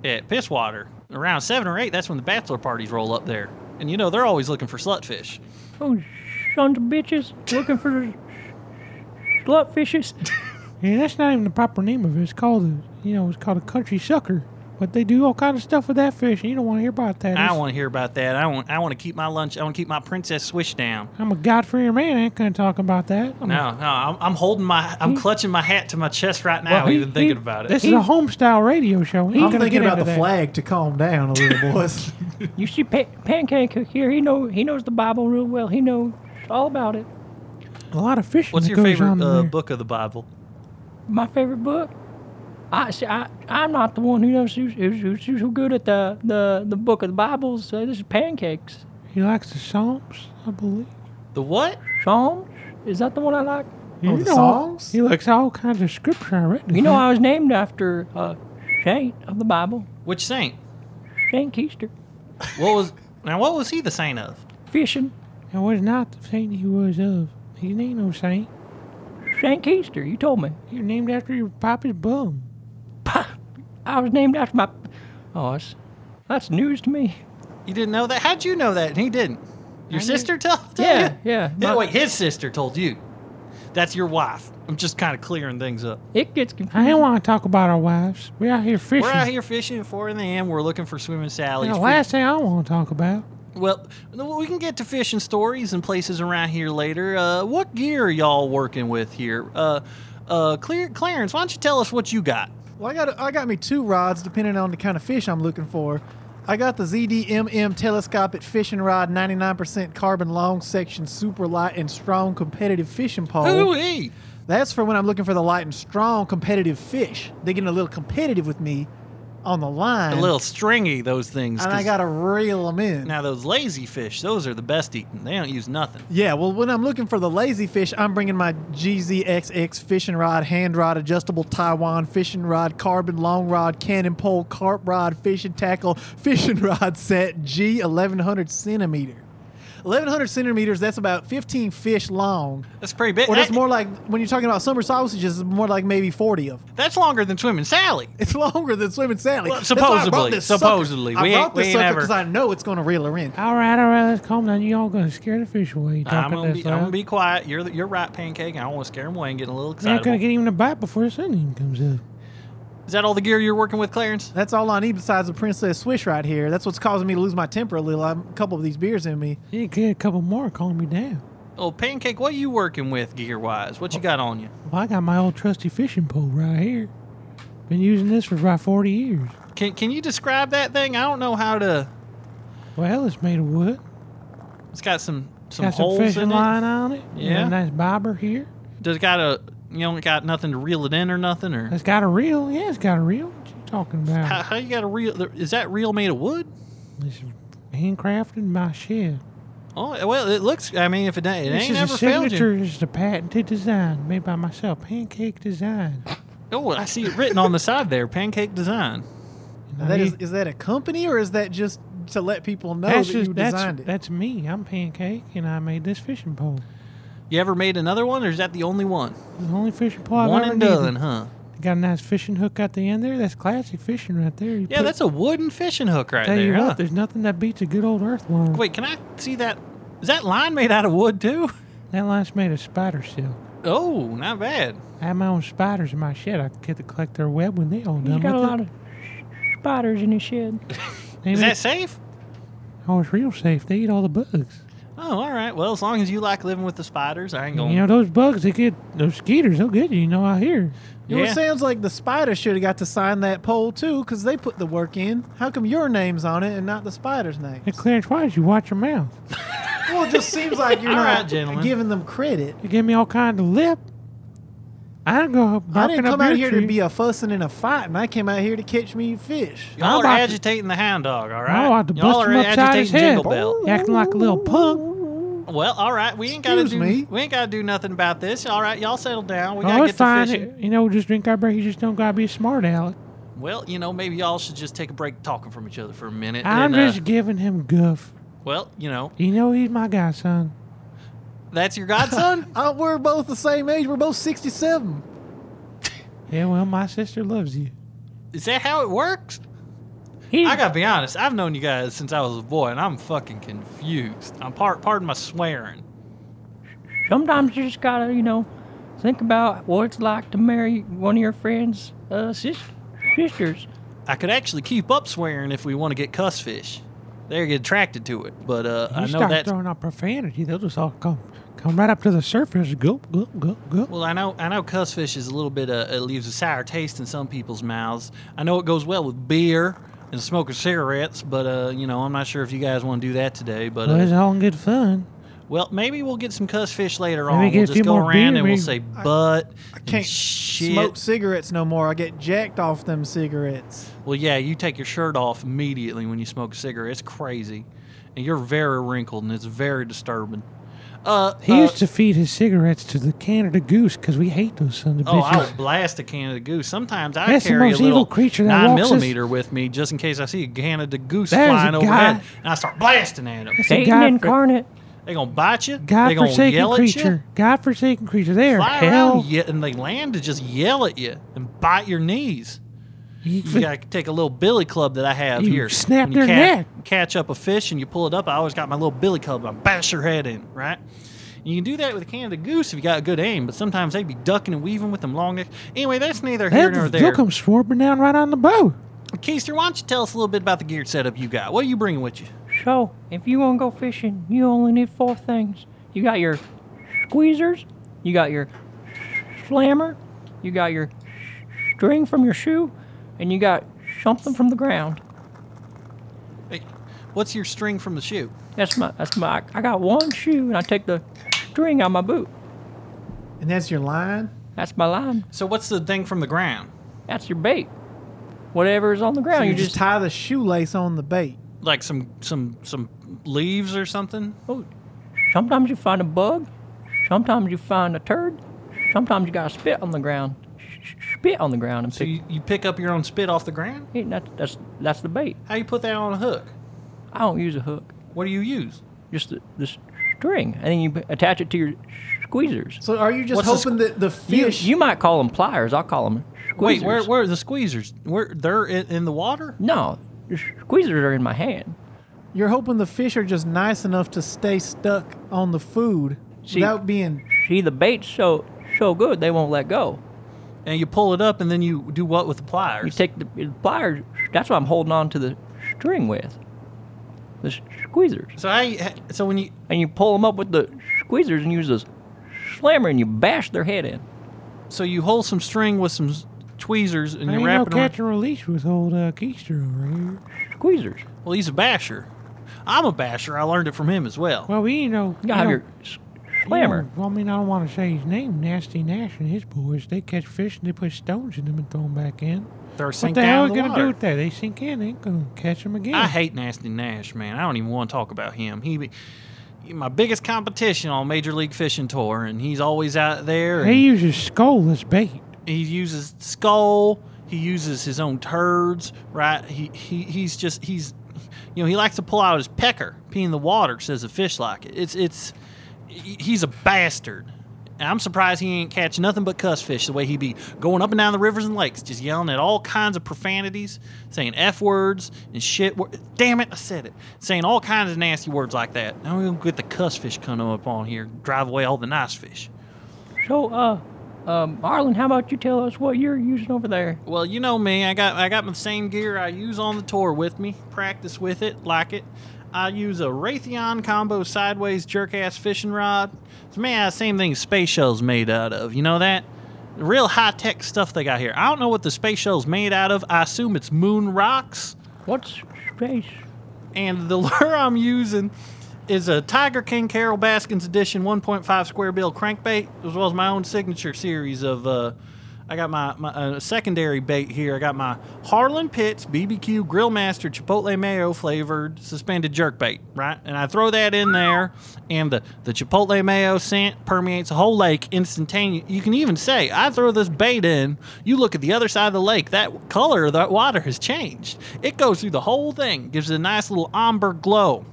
[SPEAKER 2] at Pisswater. Around seven or eight, that's when the bachelor parties roll up there. And you know they're always looking for slutfish.
[SPEAKER 4] Those sons of bitches looking for the slut fishes.
[SPEAKER 3] Yeah, that's not even the proper name of it. It's called a, you know, it's called a country sucker. But they do all kind of stuff with that fish, and you don't want to hear about that.
[SPEAKER 2] I
[SPEAKER 3] It's-
[SPEAKER 2] don't want to hear about that. I want I want to keep my lunch. I want to keep my princess swish down.
[SPEAKER 3] I'm a God-fearing man. I ain't gonna talk about that. I'm
[SPEAKER 2] No, no, I'm, I'm holding my, I'm clutching my hat to my chest right now,
[SPEAKER 3] Hmm. Well, he-
[SPEAKER 2] even thinking
[SPEAKER 3] he-
[SPEAKER 2] about it.
[SPEAKER 3] This is a home-style radio show. We ain't
[SPEAKER 1] I'm
[SPEAKER 3] gonna
[SPEAKER 1] thinking
[SPEAKER 3] get
[SPEAKER 1] about
[SPEAKER 3] into
[SPEAKER 1] the
[SPEAKER 3] that.
[SPEAKER 1] flag to calm down a little, boys.
[SPEAKER 4] You see, pa- Pancake here. He know he knows the Bible real well. He knows all about it.
[SPEAKER 3] A lot of fishing.
[SPEAKER 2] What's
[SPEAKER 3] that
[SPEAKER 2] your
[SPEAKER 3] goes
[SPEAKER 2] favorite
[SPEAKER 3] on in
[SPEAKER 2] uh,
[SPEAKER 3] there.
[SPEAKER 2] book of the Bible?
[SPEAKER 4] My favorite book. I see. I I'm not the one who knows who's who's, who's, who's so good at the, the the book of the Bibles. So this is Pancakes.
[SPEAKER 3] He likes the Psalms, I believe.
[SPEAKER 2] The what?
[SPEAKER 4] Psalms. Is that the one I like?
[SPEAKER 1] Oh,
[SPEAKER 3] You
[SPEAKER 1] the
[SPEAKER 3] know all-
[SPEAKER 1] Psalms?
[SPEAKER 3] He likes all kinds of scripture. I read.
[SPEAKER 4] You know, I was named after a saint of the Bible,
[SPEAKER 2] Which saint?
[SPEAKER 4] Saint Keister.
[SPEAKER 2] What was now? What was he the saint of?
[SPEAKER 4] Fishing,
[SPEAKER 3] I was not the saint he was of. He ain't no saint.
[SPEAKER 4] Saint Keister. You told me.
[SPEAKER 3] You're named after your papa's bum.
[SPEAKER 4] I was named after my. Oh, that's, that's news to me.
[SPEAKER 2] You didn't know that? How'd you know that? And he didn't. Your sister tell, tell
[SPEAKER 4] Yeah,
[SPEAKER 2] you?
[SPEAKER 4] yeah.
[SPEAKER 2] Yeah,
[SPEAKER 4] My-
[SPEAKER 2] wait, his sister told you. That's your wife. I'm just kind of clearing things up.
[SPEAKER 4] It gets confusing.
[SPEAKER 3] I don't want to talk about our wives. We're out here fishing.
[SPEAKER 2] We're out here fishing at 4 in the a.m. We're looking for swimming
[SPEAKER 3] And
[SPEAKER 2] sallies.
[SPEAKER 3] the
[SPEAKER 2] for-
[SPEAKER 3] last thing I want to talk about.
[SPEAKER 2] well, we can get to fishing stories and places around here later. Uh, what gear are y'all working with here? Uh, uh, clear, Clarence, why don't you tell us what you got?
[SPEAKER 1] Well, I got I got me two rods depending on the kind of fish I'm looking for. I got the ZDMM telescopic fishing rod, 99% carbon long section, super light and strong competitive fishing pole.
[SPEAKER 2] Hooey!
[SPEAKER 1] That's for when I'm looking for the light and strong competitive fish. They're getting a little competitive with me on the line.
[SPEAKER 2] A little stringy, those things.
[SPEAKER 1] And I
[SPEAKER 2] 'cause
[SPEAKER 1] gotta reel them in.
[SPEAKER 2] now, those lazy fish, those are the best eating. They don't use nothing.
[SPEAKER 1] Yeah, well, when I'm looking for the lazy fish, I'm bringing my GZXX fishing rod, hand rod, adjustable Taiwan fishing rod, carbon long rod, cannon pole, carp rod, fishing tackle, fishing rod set G1100 centimeter. 1,100 centimeters, that's about 15 fish long.
[SPEAKER 2] That's pretty big.
[SPEAKER 1] Or that's
[SPEAKER 2] That-
[SPEAKER 1] more like, when you're talking about summer sausages, it's more like maybe 40 of them.
[SPEAKER 2] That's longer than swimming Sally.
[SPEAKER 1] It's longer than swimming Sally.
[SPEAKER 2] Well,
[SPEAKER 1] That's why I brought
[SPEAKER 2] supposedly,
[SPEAKER 1] this sucker.
[SPEAKER 2] supposedly.
[SPEAKER 1] I
[SPEAKER 2] We
[SPEAKER 1] brought
[SPEAKER 2] ain't- we
[SPEAKER 1] this
[SPEAKER 2] ain't
[SPEAKER 1] sucker
[SPEAKER 2] ever-
[SPEAKER 1] because I know it's going to reel her in.
[SPEAKER 3] All right, all right, let's calm down. You all gonna scare the fish away. You
[SPEAKER 2] I'm
[SPEAKER 3] talking
[SPEAKER 2] gonna,
[SPEAKER 3] this
[SPEAKER 2] be,
[SPEAKER 3] uh,
[SPEAKER 2] I'm
[SPEAKER 3] loud.
[SPEAKER 2] gonna be quiet. You're the- you're right, pancake. I don't want to scare him away and get a little
[SPEAKER 3] You're not
[SPEAKER 2] excited.
[SPEAKER 3] gonna get even a bite before the sun even comes up.
[SPEAKER 2] Is that all the gear you're working with, Clarence?
[SPEAKER 1] That's all I need besides the Princess Swish right here. That's what's causing me to lose my temper a little. I'm a couple of these beers in me.
[SPEAKER 3] You get a couple more, calm me down.
[SPEAKER 2] Oh, pancake, what you working with gear wise?
[SPEAKER 1] Oh.
[SPEAKER 2] What you got on you?
[SPEAKER 3] Well, I got my old trusty fishing pole right here. Been using this for about 40 years.
[SPEAKER 2] Can can you describe that thing? I don't know how to.
[SPEAKER 3] Well, it's made of wood.
[SPEAKER 2] It's got some some
[SPEAKER 3] got some
[SPEAKER 2] holes
[SPEAKER 3] fishing
[SPEAKER 2] in it.
[SPEAKER 3] line on it. Got
[SPEAKER 2] Yeah.
[SPEAKER 3] A nice bobber here.
[SPEAKER 2] Does it got a you know it got nothing to reel it in or nothing or
[SPEAKER 3] It's got a reel. Yeah, it's got a reel. What you talking
[SPEAKER 2] how,
[SPEAKER 3] about?
[SPEAKER 2] how you got a reel? Is that reel made of wood?
[SPEAKER 3] It's handcrafted by Shed.
[SPEAKER 2] Oh well, it looks. I mean, if it, ain't- it
[SPEAKER 3] This
[SPEAKER 2] ain't
[SPEAKER 3] is a
[SPEAKER 2] never failed you.
[SPEAKER 3] signature. This is a patented design made by myself. Pancake design.
[SPEAKER 2] Oh, I see it written on the side there. Pancake design.
[SPEAKER 3] And
[SPEAKER 1] Now
[SPEAKER 3] I
[SPEAKER 1] that is,
[SPEAKER 3] need-
[SPEAKER 1] is that a company or is that just to let people know
[SPEAKER 3] that's
[SPEAKER 1] that
[SPEAKER 3] just-
[SPEAKER 1] you
[SPEAKER 3] that's-
[SPEAKER 1] designed it?
[SPEAKER 3] That's me. I'm Pancake, and I made this fishing pole.
[SPEAKER 2] You ever made another one, or is that the only one?
[SPEAKER 3] It's the only fishing pole I've
[SPEAKER 2] one
[SPEAKER 3] ever
[SPEAKER 2] and
[SPEAKER 3] Oh, needed.
[SPEAKER 2] done, huh?
[SPEAKER 3] Got a nice fishing hook at the end there. That's classic fishing right there. You
[SPEAKER 2] Yeah,
[SPEAKER 3] put-
[SPEAKER 2] that's a wooden fishing hook right
[SPEAKER 3] Tell
[SPEAKER 2] there.
[SPEAKER 3] you what,
[SPEAKER 2] huh?
[SPEAKER 3] there's nothing that beats a good old earthworm.
[SPEAKER 2] Wait, can I see that? Is that line made out of wood too?
[SPEAKER 3] That line's made of spider silk.
[SPEAKER 2] Oh, not bad.
[SPEAKER 3] I have my own spiders in my shed. I get to collect their web when they all done.
[SPEAKER 4] He's got a
[SPEAKER 3] with it.
[SPEAKER 4] lot of spiders in his shed.
[SPEAKER 3] They
[SPEAKER 2] Is
[SPEAKER 3] make-
[SPEAKER 2] that safe?
[SPEAKER 3] Oh, it's real safe. They eat all the bugs.
[SPEAKER 2] Oh, all right. Well, as long as you like living with the spiders, I ain't going.
[SPEAKER 3] You know those bugs. They get those skeeters. They'll get you. You know out here.
[SPEAKER 1] You know, It sounds like the spider should have got to sign that poll too, because they put the work in. How come your name's on it and not the spider's name?
[SPEAKER 3] Hey, Clarence, why did you watch your mouth?
[SPEAKER 1] well, it just seems like you're
[SPEAKER 2] All right,
[SPEAKER 1] not
[SPEAKER 2] gentlemen.
[SPEAKER 1] giving them credit.
[SPEAKER 3] You gave me all kind of lip. I didn't go.
[SPEAKER 1] I didn't come out here to be a fussing and a fighting. I came out here to catch me fish.
[SPEAKER 2] Y'all
[SPEAKER 3] I'm
[SPEAKER 2] are
[SPEAKER 3] about to-
[SPEAKER 2] agitating the hound dog, all
[SPEAKER 3] I'm
[SPEAKER 2] right?
[SPEAKER 3] about to
[SPEAKER 2] Y'all
[SPEAKER 3] bust
[SPEAKER 2] are
[SPEAKER 3] him upside
[SPEAKER 2] agitating
[SPEAKER 3] his head.
[SPEAKER 2] Jingle Bell.
[SPEAKER 3] acting like a little punk.
[SPEAKER 2] Well, all right, we ain't gotta do
[SPEAKER 1] Excuse me.
[SPEAKER 2] we ain't gotta do nothing about this. All right, y'all settle down. We gotta
[SPEAKER 3] Oh,
[SPEAKER 2] get
[SPEAKER 3] it's
[SPEAKER 2] to
[SPEAKER 3] fine.
[SPEAKER 2] fishing.
[SPEAKER 3] You know, just drink our break. You just don't gotta be a smart aleck.
[SPEAKER 2] Well, you know, maybe y'all should just take a break talking from each other for a minute.
[SPEAKER 3] I'm
[SPEAKER 2] and, uh,
[SPEAKER 3] just giving him guff.
[SPEAKER 2] well, you know,
[SPEAKER 3] You know he's my godson.
[SPEAKER 2] that's your godson.
[SPEAKER 1] Uh, we're both the same age. We're both 67.
[SPEAKER 3] Yeah, well, my sister loves you.
[SPEAKER 2] Is that how it works?
[SPEAKER 4] He,
[SPEAKER 2] I gotta be honest. I've known you guys since I was a boy, and I'm fucking confused. I'm part pardon my swearing.
[SPEAKER 4] sometimes you just gotta, you know, think about what it's like to marry one of your friend's uh, sis- sisters.
[SPEAKER 2] I could actually keep up swearing if we want to get cuss fish. They get attracted to it, but uh,
[SPEAKER 3] You
[SPEAKER 2] I know
[SPEAKER 3] start
[SPEAKER 2] that's
[SPEAKER 3] throwing out profanity, they'll just all come come right up to the surface. Gulp, gulp, gulp, gulp.
[SPEAKER 2] Well, I know I know cussfish is a little bit uh, it leaves a sour taste in some people's mouths. I know it goes well with beer and smoking cigarettes, but uh, you know I'm not sure if you guys want to do that today. But
[SPEAKER 3] Well, it's
[SPEAKER 2] uh,
[SPEAKER 3] all in good fun.
[SPEAKER 2] well, maybe we'll get some cussfish later
[SPEAKER 3] Let
[SPEAKER 2] on.
[SPEAKER 3] me
[SPEAKER 2] We'll
[SPEAKER 3] get a
[SPEAKER 2] just
[SPEAKER 3] few
[SPEAKER 2] go
[SPEAKER 3] more
[SPEAKER 2] around
[SPEAKER 3] beer,
[SPEAKER 2] and we'll
[SPEAKER 3] maybe.
[SPEAKER 2] say butt. I
[SPEAKER 1] can't
[SPEAKER 2] shit.
[SPEAKER 1] Smoke cigarettes no more. I get jacked off them cigarettes.
[SPEAKER 2] Well, yeah, you take your shirt off immediately when you smoke a cigarette. It's crazy, and you're very wrinkled, and it's very disturbing. Uh,
[SPEAKER 3] He
[SPEAKER 2] uh,
[SPEAKER 3] used to feed his cigarettes to the Canada goose because we hate those sons of
[SPEAKER 2] Oh,
[SPEAKER 3] bitches.
[SPEAKER 2] I'll blast a Canada goose. Sometimes I
[SPEAKER 3] That's the
[SPEAKER 2] carry a
[SPEAKER 3] most
[SPEAKER 2] little
[SPEAKER 3] evil creature that
[SPEAKER 2] nine
[SPEAKER 3] walks this-
[SPEAKER 2] millimeter with me just in case I see a Canada goose
[SPEAKER 3] There's a
[SPEAKER 2] flying overhead,
[SPEAKER 3] guy-
[SPEAKER 2] and I start blasting at them.
[SPEAKER 3] That's a
[SPEAKER 4] Satan
[SPEAKER 3] God-
[SPEAKER 4] incarnate.
[SPEAKER 2] They gonna bite you. they gonna
[SPEAKER 3] God-forsaken
[SPEAKER 2] yell
[SPEAKER 3] creature. God-forsaken creature. They
[SPEAKER 2] at you.
[SPEAKER 3] are
[SPEAKER 2] Fly
[SPEAKER 3] hell.
[SPEAKER 2] around, ye- and they land to just yell at you and bite your knees.
[SPEAKER 3] You
[SPEAKER 2] You
[SPEAKER 3] fi-
[SPEAKER 2] gotta take a little billy club that I have
[SPEAKER 3] You
[SPEAKER 2] here.
[SPEAKER 3] snap
[SPEAKER 2] When you
[SPEAKER 3] their
[SPEAKER 2] ca-
[SPEAKER 3] neck.
[SPEAKER 2] Catch up a fish and you pull it up. I always got my little billy club. And I bash your head in, right? And you can do that with a Canada goose if you got a good aim, but sometimes they'd be ducking and weaving with them long necks. Anyway, that's neither here nor
[SPEAKER 3] They'll,
[SPEAKER 2] there.
[SPEAKER 3] they'll come swarming down right on the boat.
[SPEAKER 2] Keister, why don't you tell us a little bit about the gear setup you got? What are you bringing with you?
[SPEAKER 4] So, if you want to go fishing, you only need four things. You got your squeezers, you got your slammer, you got your string from your shoe, and you got something from the ground.
[SPEAKER 2] Hey, What's your string from the shoe?
[SPEAKER 4] That's my, that's my, I got one shoe and I take the string out of my boot.
[SPEAKER 1] And that's your line?
[SPEAKER 4] That's my line.
[SPEAKER 2] So what's the thing from the ground?
[SPEAKER 4] That's your bait. Whatever is on the ground,
[SPEAKER 1] you
[SPEAKER 4] you
[SPEAKER 1] just
[SPEAKER 4] just,
[SPEAKER 1] tie the shoelace on the bait.
[SPEAKER 2] Like some some some leaves or something?
[SPEAKER 4] Oh, sometimes you find a bug, sometimes you find a turd, sometimes you gotta spit on the ground, spit on the ground and
[SPEAKER 2] So
[SPEAKER 4] pick.
[SPEAKER 2] you, you pick up your own spit off the ground?
[SPEAKER 4] it. That- that's that's the bait.
[SPEAKER 2] How you put that on a hook?
[SPEAKER 4] I don't use a hook.
[SPEAKER 2] What do you use?
[SPEAKER 4] just the, the string, and then you p- attach it to your squeezers.
[SPEAKER 1] So are you just
[SPEAKER 2] What's the
[SPEAKER 1] hoping that the
[SPEAKER 4] You,
[SPEAKER 1] fish?
[SPEAKER 4] you might call them pliers. I'll call them squeezers.
[SPEAKER 2] Wait, where where are the squeezers? Where they're in, in the water?
[SPEAKER 4] No, the squeezers are in my hand.
[SPEAKER 1] You, are hoping the fish are just nice enough to stay stuck on the food
[SPEAKER 4] See-
[SPEAKER 1] without being.
[SPEAKER 4] See, the bait's so so good they won't let go.
[SPEAKER 2] And you pull it up, and then you do what with the pliers?
[SPEAKER 4] You take the, the pliers. That's what I'm holding on to the string with. The squeezers.
[SPEAKER 2] so how you, so when you
[SPEAKER 4] and you pull them up with the squeezers and use this slammer and you bash their head in.
[SPEAKER 2] so you hold some string with some s- tweezers, and
[SPEAKER 3] I
[SPEAKER 2] you
[SPEAKER 3] ain't
[SPEAKER 2] wrap
[SPEAKER 3] no
[SPEAKER 2] it around.
[SPEAKER 3] catch and release with old uh, Keister over here.
[SPEAKER 4] Squeezers.
[SPEAKER 2] Well, he's a basher. I'm a basher. I learned it from him as well.
[SPEAKER 3] Well, we ain't no.
[SPEAKER 4] You gotta have
[SPEAKER 3] you
[SPEAKER 4] your
[SPEAKER 3] don't-
[SPEAKER 4] s-
[SPEAKER 3] you
[SPEAKER 4] slammer.
[SPEAKER 3] don't- Well, I mean, I don't want to say his name. Nasty Nash and his boys, they catch fish and they put stones in them and throw them back in.
[SPEAKER 2] They're
[SPEAKER 3] What
[SPEAKER 2] sink
[SPEAKER 3] the hell
[SPEAKER 2] down
[SPEAKER 3] are
[SPEAKER 2] in
[SPEAKER 3] gonna
[SPEAKER 2] the
[SPEAKER 3] do
[SPEAKER 2] water.
[SPEAKER 3] with that? They sink in. They ain't gonna catch them again.
[SPEAKER 2] I hate Nasty Nash, man. I don't even want to talk about him. He, be- my biggest competition on Major League Fishing tour, and he's always out there. And
[SPEAKER 3] He uses skull as bait.
[SPEAKER 2] he uses skull. He uses his own turds, right? He, he he's just he's, you know, he likes to pull out his pecker, pee in the water, says a fish like it. It's it's, he- he's a bastard. And I'm surprised he ain't catching nothing but cuss fish the way he be going up and down the rivers and lakes, just yelling at all kinds of profanities, saying f words and shit. wor- Damn it, I said it. Saying all kinds of nasty words like that. Now we're gonna get the cuss fish coming up on here, drive away all the nice fish.
[SPEAKER 4] So, uh, um, Arlen, how about you tell us what you're using over there?
[SPEAKER 2] Well, you know me. I got I got my same gear I use on the tour with me. Practice with it, like it. I use a Raytheon combo sideways jerk ass fishing rod. It's made out of the same thing space shuttle's made out of. You know that? Real high tech stuff they got here. I don't know what the space shuttle's made out of. I assume it's moon rocks.
[SPEAKER 4] What's space?
[SPEAKER 2] And the lure I'm using is a Tiger King Carol Baskins edition 1.5 square bill crankbait, as well as my own signature series of. Uh, I got my, my uh, secondary bait here. I got my Harlan Pitts BBQ Grill Master Chipotle Mayo flavored suspended jerk bait, right? And I throw that in there, and the, the Chipotle Mayo scent permeates a whole lake instantaneous. You can even say, I throw this bait in, you look at the other side of the lake, that color of that water has changed. It goes through the whole thing, gives it a nice little ombre glow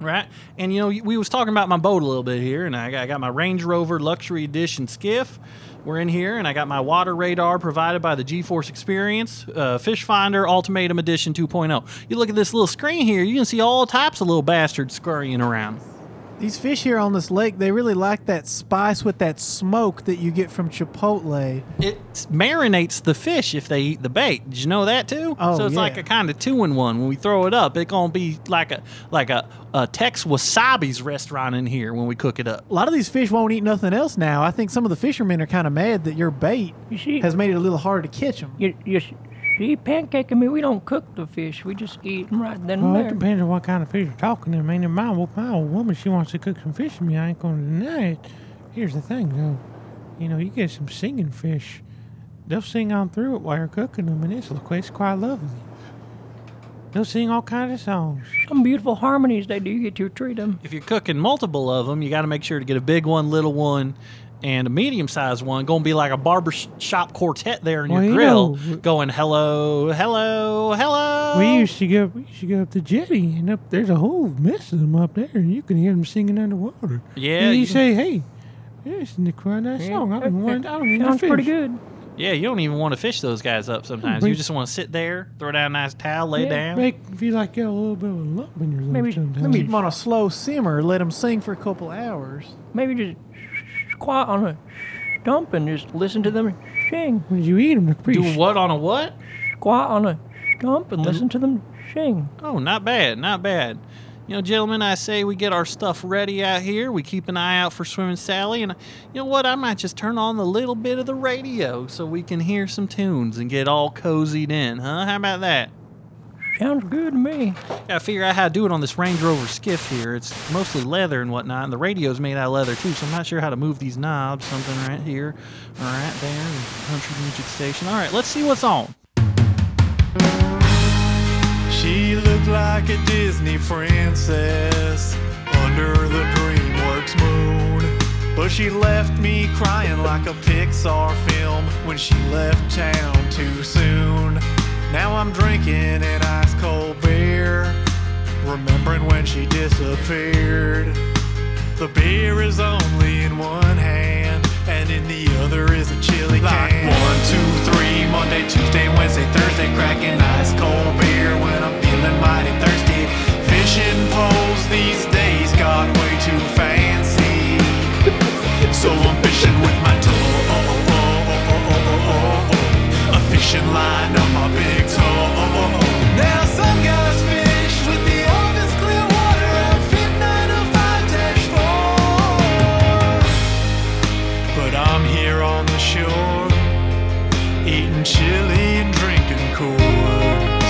[SPEAKER 2] right? And you know, we was talking about my boat a little bit here, and I got, I got my Range Rover Luxury Edition skiff. We're in here, and I got my water radar provided by the GeForce Experience uh, Fish Finder Ultimatum Edition 2.0. You look at this little screen here; you can see all types of little bastards scurrying around.
[SPEAKER 1] These fish here on this lake, they really like that spice with that smoke that you get from Chipotle.
[SPEAKER 2] It marinates the fish if they eat the bait. Did you know that too?
[SPEAKER 1] Oh,
[SPEAKER 2] so it's
[SPEAKER 1] yeah.
[SPEAKER 2] like a kind of two in one. When we throw it up, it's gonna be like a like a, a Tex Wasabi's restaurant in here when we cook it up.
[SPEAKER 1] A lot of these fish won't eat nothing else now. I think some of the fishermen are kind of mad that your bait
[SPEAKER 4] You see,
[SPEAKER 1] has made it a little harder to catch them.
[SPEAKER 4] you, you s- see, pancake and me, we don't cook the fish. We just eat them right then
[SPEAKER 3] Well, it
[SPEAKER 4] and there.
[SPEAKER 3] depends on what kind of fish you're talking to. I mean, if my, well, my old woman, she wants to cook some fish for me, I ain't going to deny it. Here's the thing, though. You know, you get some singing fish. They'll sing on through it while you're cooking them, and it's, it's quite lovely. They'll sing all kinds of songs.
[SPEAKER 4] Some beautiful harmonies they do get to treat them.
[SPEAKER 2] if you're cooking multiple of them, you got to make sure to get a big one, little one, and a medium sized one. Going to be like a barber sh- shop quartet there in your
[SPEAKER 3] Well, you
[SPEAKER 2] grill,
[SPEAKER 3] know-
[SPEAKER 2] going hello, hello, hello.
[SPEAKER 4] Oh.
[SPEAKER 3] We used to go, we used to go up the jetty, and up there's a whole mess of them up there, and you can hear them singing underwater.
[SPEAKER 2] Yeah,
[SPEAKER 3] And you,
[SPEAKER 2] you-
[SPEAKER 3] say, hey, this is quite a nice song. I don't want, I don't even
[SPEAKER 4] Sounds
[SPEAKER 3] fish.
[SPEAKER 4] pretty good.
[SPEAKER 2] yeah, you don't even want to fish those guys up. Sometimes
[SPEAKER 3] Bring-
[SPEAKER 2] you just want to sit there, throw down a nice towel, lay
[SPEAKER 4] Yeah,
[SPEAKER 2] down.
[SPEAKER 3] Make you feel like you got a little bit of a lump in your throat
[SPEAKER 4] Maybe-
[SPEAKER 3] sometimes.
[SPEAKER 1] Keep them on a slow simmer, let them sing for a couple hours.
[SPEAKER 4] Maybe just squat on a stump and just listen to them sing.
[SPEAKER 3] When you eat them, they're pretty.
[SPEAKER 2] Do what on a what?
[SPEAKER 4] Squat on a stump and listen to them sing.
[SPEAKER 2] Oh, not bad, not bad. You know, gentlemen, I say we get our stuff ready out here. We keep an eye out for Swimming Sally, and you know what? I might just turn on the little bit of the radio so we can hear some tunes and get all cozied in, huh? How about that?
[SPEAKER 4] Sounds good to me.
[SPEAKER 2] Gotta figure out how to do it on this Range Rover skiff here. It's mostly leather and whatnot, and the radio's made out of leather too, so I'm not sure how to move these knobs. Something right here, or right there, and country music station. All right, let's see what's on.
[SPEAKER 5] She looked like a Disney princess under the DreamWorks moon. But she left me crying like a Pixar film when she left town too soon. Now I'm drinking an ice cold beer, remembering when she disappeared. The beer is only in one hand, and in the other is a chili
[SPEAKER 6] Like
[SPEAKER 5] can. One, two, three, Monday, Tuesday, Wednesday, Thursday, cracking ice cold beer when I'm feeling mighty thirsty. Fishing poles these days got way too fancy, so I'm fishing with my toe. A fishing line on my big toe. Now some guys fish with the office clear water outfit 905 4. But I'm here on the shore, eating chili and drinking Coors.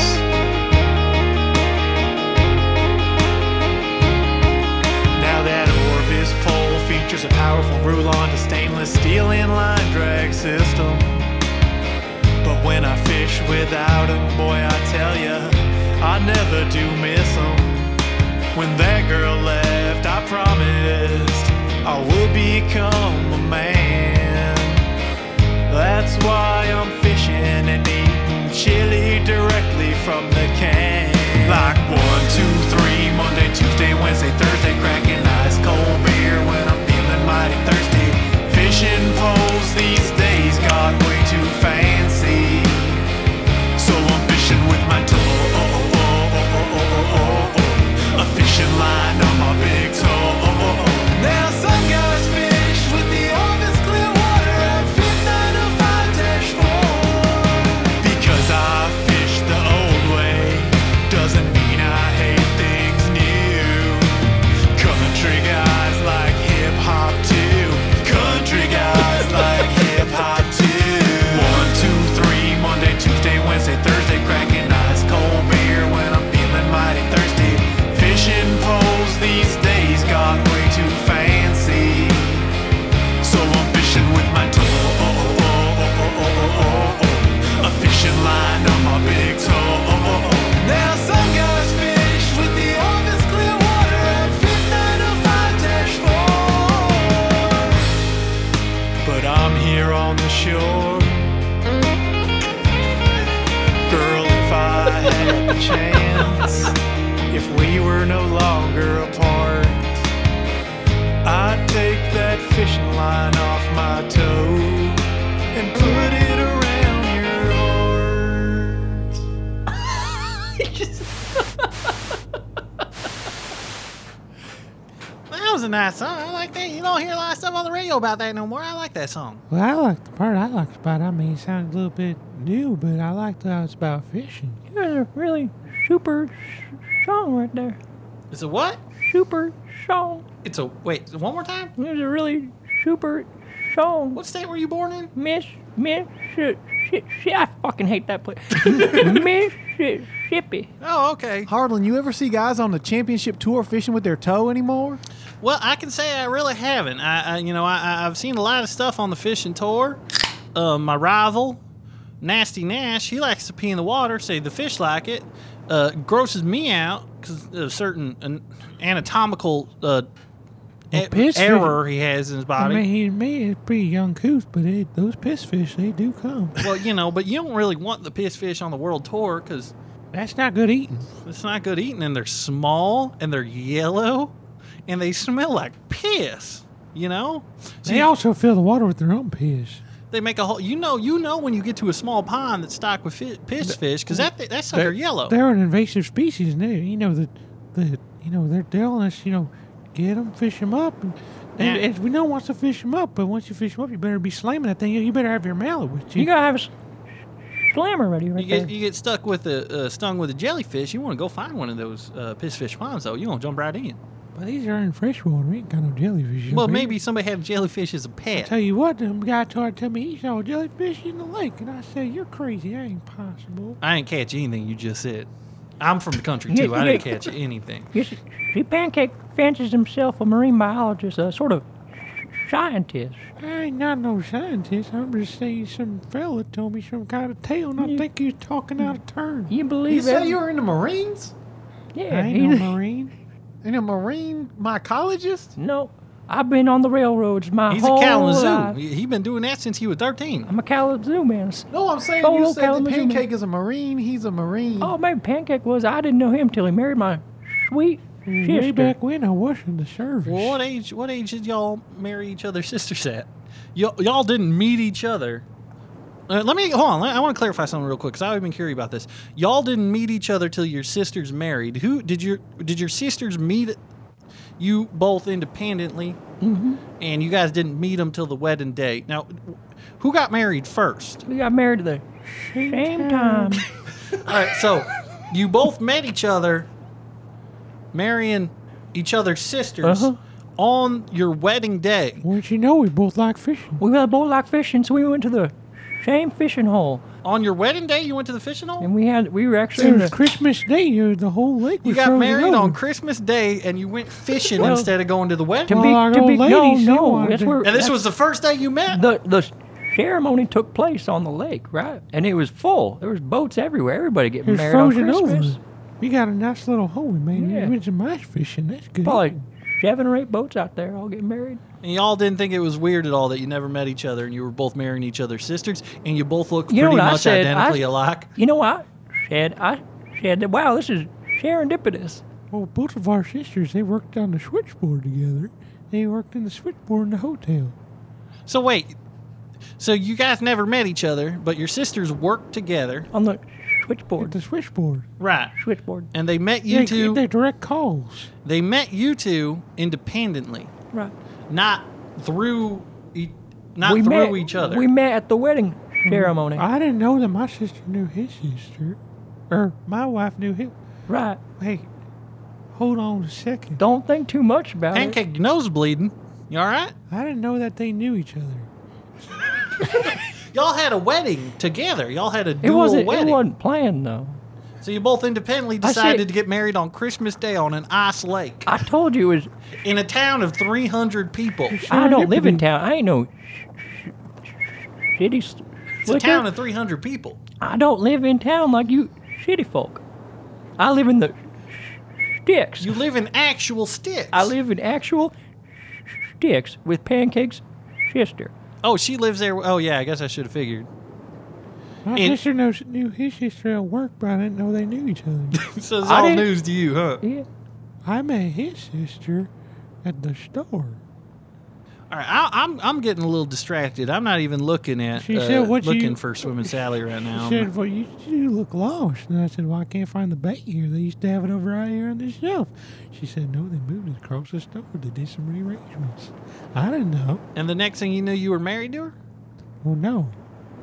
[SPEAKER 5] Now that Orvis pole features a powerful roulon to stainless steel inline drag system. But when I fish without 'em, boy, I tell ya, I never do miss 'em. When that girl left, I promised I would become a man. That's why I'm fishing and eating chili directly from the can. Like one, two, three, Monday, Tuesday, Wednesday, Thursday, cracking ice cold beer when I'm feeling mighty thirsty. Fishing poles these days got way too fancy. So I'm fishing with my toe. A fishing line on my big toe. Now some guys fish with the office clear water at fit 905 4. Because I fish the old way doesn't mean I hate things new. Country guys like hip hop too. Country guys like hip hop too. One, two, three, Monday, Tuesday, Wednesday, Thursday, cracking ice cold beer when I'm feeling mighty thirsty. Fishing poles these days got way too fancy. So I'm fishing with my toe. A fishing line on my big toe. Now some guys fish with the office clear water at fit oh 905 4. But I'm here on the shore. Girl, if I had the chance, if we were no longer apart. I'd take that fishing line off my toe and put it around your heart.
[SPEAKER 2] That was a nice song. I like that. You don't hear a lot of stuff on the radio about that no more. I like that song.
[SPEAKER 3] Well, I like the part I liked about. it. I mean, it sounded a little bit new, but I liked how it's about fishing.
[SPEAKER 4] There's a really super song right there.
[SPEAKER 2] It's a what?
[SPEAKER 4] Super song.
[SPEAKER 2] It's a wait. One more time.
[SPEAKER 4] There's a really super song.
[SPEAKER 2] What state were you born in?
[SPEAKER 4] Miss, Miss, shit, shit, shit. I fucking hate that place. Mississippi.
[SPEAKER 2] Oh, okay.
[SPEAKER 1] Hardlin, you ever see guys on the championship tour fishing with their toe anymore?
[SPEAKER 2] Well, I can say I really haven't. I, I you know, I- I, I've seen a lot of stuff on the fishing tour. Uh, my rival, Nasty Nash, he likes to pee in the water. Say the fish like it. Uh, grosses me out because of certain an anatomical uh, e-
[SPEAKER 3] piss fish-
[SPEAKER 2] error he has in his
[SPEAKER 3] I
[SPEAKER 2] body.
[SPEAKER 3] mean, he me it's pretty young coos, but it, those piss fish they do come.
[SPEAKER 2] well, you know, but you don't really want the piss fish on the world tour because
[SPEAKER 3] That's not good eating.
[SPEAKER 2] it's not good eating, and they're small and they're yellow, and they smell like piss. You know, so
[SPEAKER 3] They
[SPEAKER 2] you-
[SPEAKER 3] also fill the water with their own piss.
[SPEAKER 2] They make a whole. You know, you know when you get to a small pond that's stocked with fi- piss fish because that that sucker yellow.
[SPEAKER 3] They're an invasive species, and they, you know the, the you know they're telling us you know get them, fish them up, and, and,
[SPEAKER 2] Yeah.
[SPEAKER 3] and we know once to fish them up, but once you fish them up, you better be slamming that thing. You better have your mallet with you.
[SPEAKER 4] You gotta have a s- slammer ready
[SPEAKER 2] You
[SPEAKER 4] right there.
[SPEAKER 2] get you get stuck with a uh, stung with a jellyfish. You want to go find one of those uh, piss fish ponds though. You gonna jump right in.
[SPEAKER 3] but these are in freshwater. We ain't got no jellyfish. up
[SPEAKER 2] Well,
[SPEAKER 3] here.
[SPEAKER 2] maybe somebody had a jellyfish as a
[SPEAKER 3] Tell
[SPEAKER 2] pet.
[SPEAKER 3] you what, them guy tried to tell me he saw jellyfish in the lake, and I said, "You're crazy. That ain't possible."
[SPEAKER 2] I didn't catch anything you just said. I'm from the country
[SPEAKER 4] Yeah,
[SPEAKER 2] too. I didn't
[SPEAKER 4] yeah.
[SPEAKER 2] catch anything.
[SPEAKER 4] Yes, see, Pancake fancies himself a marine biologist, a sort of scientist.
[SPEAKER 3] I ain't not no scientist. I'm just saying some fella told me some kind of tale, and I
[SPEAKER 4] You-
[SPEAKER 3] think he's talking out of turn.
[SPEAKER 4] You believe
[SPEAKER 1] You say
[SPEAKER 4] every-
[SPEAKER 1] you were in the Marines?
[SPEAKER 4] Yeah,
[SPEAKER 3] I
[SPEAKER 4] he-
[SPEAKER 3] ain't no marine.
[SPEAKER 1] And a Marine mycologist?
[SPEAKER 4] no, I've been on the railroads my
[SPEAKER 2] He's a
[SPEAKER 4] whole
[SPEAKER 2] Kalamazoo.
[SPEAKER 4] life.
[SPEAKER 2] He he been doing that since he was 13.
[SPEAKER 4] I'm a Kalamazoo man.
[SPEAKER 1] No, I'm
[SPEAKER 3] Oh,
[SPEAKER 1] saying
[SPEAKER 4] Solo
[SPEAKER 1] you said that
[SPEAKER 4] Kalamazoo man.
[SPEAKER 1] Pancake is a Marine. He's a Marine.
[SPEAKER 4] Oh, maybe Pancake was. I didn't know him till he married my sweet
[SPEAKER 3] Way
[SPEAKER 4] sister.
[SPEAKER 3] back when I wasn't the service.
[SPEAKER 2] Well, what age? What age did y'all marry each other's sisters at? Y'all, y'all didn't meet each other. Uh, let me hold on. let- I want to clarify something real quick because I've been curious about this. Y'all didn't meet each other till your sisters married. Who did your did your sisters meet? You both independently, and you guys didn't meet them till the wedding day. Now, who got married first?
[SPEAKER 4] We got married at the same time.
[SPEAKER 2] All right, so you both met each other, marrying each other's sisters
[SPEAKER 4] Uh-huh.
[SPEAKER 2] on your wedding day.
[SPEAKER 3] Where'd you know we both like fishing?
[SPEAKER 4] we were both like fishing, so we went to the same fishing hole,
[SPEAKER 2] On your wedding day, you went to the fishing hole.
[SPEAKER 4] and we had we were actually
[SPEAKER 3] It
[SPEAKER 4] in
[SPEAKER 3] was
[SPEAKER 4] the,
[SPEAKER 3] Christmas Day. You, the whole lake
[SPEAKER 2] You
[SPEAKER 3] was
[SPEAKER 2] got
[SPEAKER 3] frozen
[SPEAKER 2] married on
[SPEAKER 3] over.
[SPEAKER 2] Christmas Day, and you went fishing
[SPEAKER 4] Well,
[SPEAKER 2] instead of going to the
[SPEAKER 4] to
[SPEAKER 2] wedding.
[SPEAKER 4] be
[SPEAKER 3] our
[SPEAKER 4] to
[SPEAKER 3] old
[SPEAKER 4] be no
[SPEAKER 3] ladies, they
[SPEAKER 4] no.
[SPEAKER 3] wanted
[SPEAKER 4] That's
[SPEAKER 3] to-
[SPEAKER 4] where
[SPEAKER 2] And this
[SPEAKER 4] that's-
[SPEAKER 2] was the first day you met.
[SPEAKER 4] the the ceremony took place on the lake, right? And it was full. There was boats everywhere. Everybody
[SPEAKER 3] It
[SPEAKER 4] getting
[SPEAKER 3] was
[SPEAKER 4] married on
[SPEAKER 3] frozen over.
[SPEAKER 4] Christmas.
[SPEAKER 3] We got a nice little hole we made.
[SPEAKER 4] Yeah.
[SPEAKER 3] We went some ice fishing. That's good.
[SPEAKER 4] Probably seven or eight boats out there all getting married.
[SPEAKER 2] and y'all didn't think it was weird at all that you never met each other, and you were both marrying each other's sisters, and you both look
[SPEAKER 4] You know
[SPEAKER 2] pretty
[SPEAKER 4] what I
[SPEAKER 2] much
[SPEAKER 4] said? I-
[SPEAKER 2] identically alike.
[SPEAKER 4] You know what? I said I said that wow, this is serendipitous.
[SPEAKER 3] Well, both of our sisters, they worked on the switchboard together. They worked in the switchboard in the hotel.
[SPEAKER 2] So wait, so you guys never met each other, but your sisters worked together,
[SPEAKER 4] On the
[SPEAKER 3] At
[SPEAKER 4] switchboard.
[SPEAKER 3] the switchboard.
[SPEAKER 2] right?
[SPEAKER 4] switchboard.
[SPEAKER 2] And they met
[SPEAKER 3] they,
[SPEAKER 2] you two.
[SPEAKER 3] They direct calls.
[SPEAKER 2] They met you two independently,
[SPEAKER 4] Right.
[SPEAKER 2] not through, e- not
[SPEAKER 4] we
[SPEAKER 2] through
[SPEAKER 4] met,
[SPEAKER 2] each other.
[SPEAKER 4] We met at the wedding ceremony.
[SPEAKER 3] Mm-hmm. I didn't know that my sister knew his sister. Or my wife knew him.
[SPEAKER 4] Right.
[SPEAKER 3] Hey, hold on a second.
[SPEAKER 4] Don't think too much about it.
[SPEAKER 2] Pancake, your nose bleeding. You all right?
[SPEAKER 3] I didn't know that they knew each other.
[SPEAKER 2] Y'all had a wedding together. Y'all had a
[SPEAKER 4] It
[SPEAKER 2] dual
[SPEAKER 4] wasn't.
[SPEAKER 2] wedding.
[SPEAKER 4] It wasn't planned though.
[SPEAKER 2] So you both independently
[SPEAKER 4] I said-
[SPEAKER 2] decided to get married on Christmas Day on an ice lake
[SPEAKER 4] I told you it was.
[SPEAKER 2] in a town of 300 people.
[SPEAKER 4] I don't live in
[SPEAKER 3] Serendipity.
[SPEAKER 4] town. I ain't no city. sl-
[SPEAKER 2] It's a
[SPEAKER 4] slicker.
[SPEAKER 2] town of 300 people.
[SPEAKER 4] I don't live in town like you city folk. I live in the sticks.
[SPEAKER 2] You live in actual sticks.
[SPEAKER 4] I live in actual sticks with Pancake's sister.
[SPEAKER 2] Oh, she lives there. Oh yeah, I guess I should have figured.
[SPEAKER 3] My
[SPEAKER 2] in-
[SPEAKER 3] sister knows, knew his sister at work, but I didn't know they knew each other.
[SPEAKER 2] So it's
[SPEAKER 4] I
[SPEAKER 2] all
[SPEAKER 4] didn't-
[SPEAKER 2] news to you, huh?
[SPEAKER 4] Yeah.
[SPEAKER 3] I met his sister at the store.
[SPEAKER 2] All right, I, I'm I'm getting a little distracted. I'm not even looking at
[SPEAKER 3] She
[SPEAKER 2] uh,
[SPEAKER 3] said, "What you-
[SPEAKER 2] looking for swimming Sally right
[SPEAKER 3] She
[SPEAKER 2] now.
[SPEAKER 3] said, Well, you, you look lost. And I said, Well, I can't find the bait here. They used to have it over right here on the shelf. She said, No, they moved it across the store. They did some rearrangements. I didn't know.
[SPEAKER 2] and the next thing you knew, you were married to her.
[SPEAKER 3] Well, no,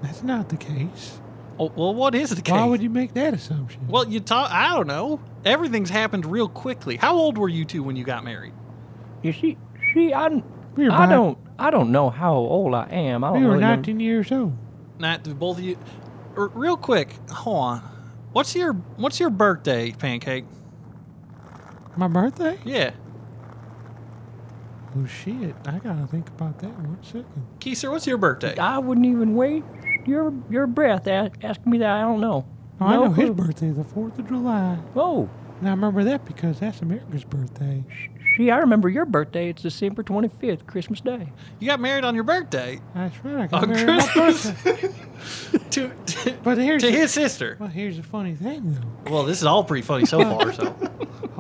[SPEAKER 3] that's not the case.
[SPEAKER 2] Oh, well, what is the case?
[SPEAKER 3] Why would you make that assumption?
[SPEAKER 2] Well, you talk. I don't know. Everything's happened real quickly. How old were you two when you got married?
[SPEAKER 4] You see, see, I,
[SPEAKER 3] We were
[SPEAKER 4] I
[SPEAKER 3] bi-
[SPEAKER 4] don't, I don't know how old I am. I don't
[SPEAKER 3] we were
[SPEAKER 4] really know.
[SPEAKER 3] 19 years old.
[SPEAKER 2] Not do both of you. r- Real quick, hold on. What's your What's your birthday, Pancake?
[SPEAKER 3] My birthday?
[SPEAKER 2] Yeah,
[SPEAKER 3] Oh, shit. I gotta think about that one second.
[SPEAKER 2] Keiser, what's your birthday?
[SPEAKER 4] I wouldn't even wait your your breath a- asking me that. I don't know.
[SPEAKER 3] Oh, I know his
[SPEAKER 4] clue.
[SPEAKER 3] birthday is the 4th of July.
[SPEAKER 4] Oh,
[SPEAKER 3] And I remember that because that's America's birthday.
[SPEAKER 4] see, I remember your birthday. It's December twenty fifth, Christmas Day.
[SPEAKER 2] You got married on your birthday
[SPEAKER 3] That's right. I got
[SPEAKER 2] on
[SPEAKER 3] married on my
[SPEAKER 2] Christmas
[SPEAKER 3] birthday.
[SPEAKER 2] to, to
[SPEAKER 3] But here's
[SPEAKER 2] to
[SPEAKER 3] the-
[SPEAKER 2] his sister.
[SPEAKER 3] Well, here's the funny thing, though.
[SPEAKER 2] Well, this is all pretty funny so far. So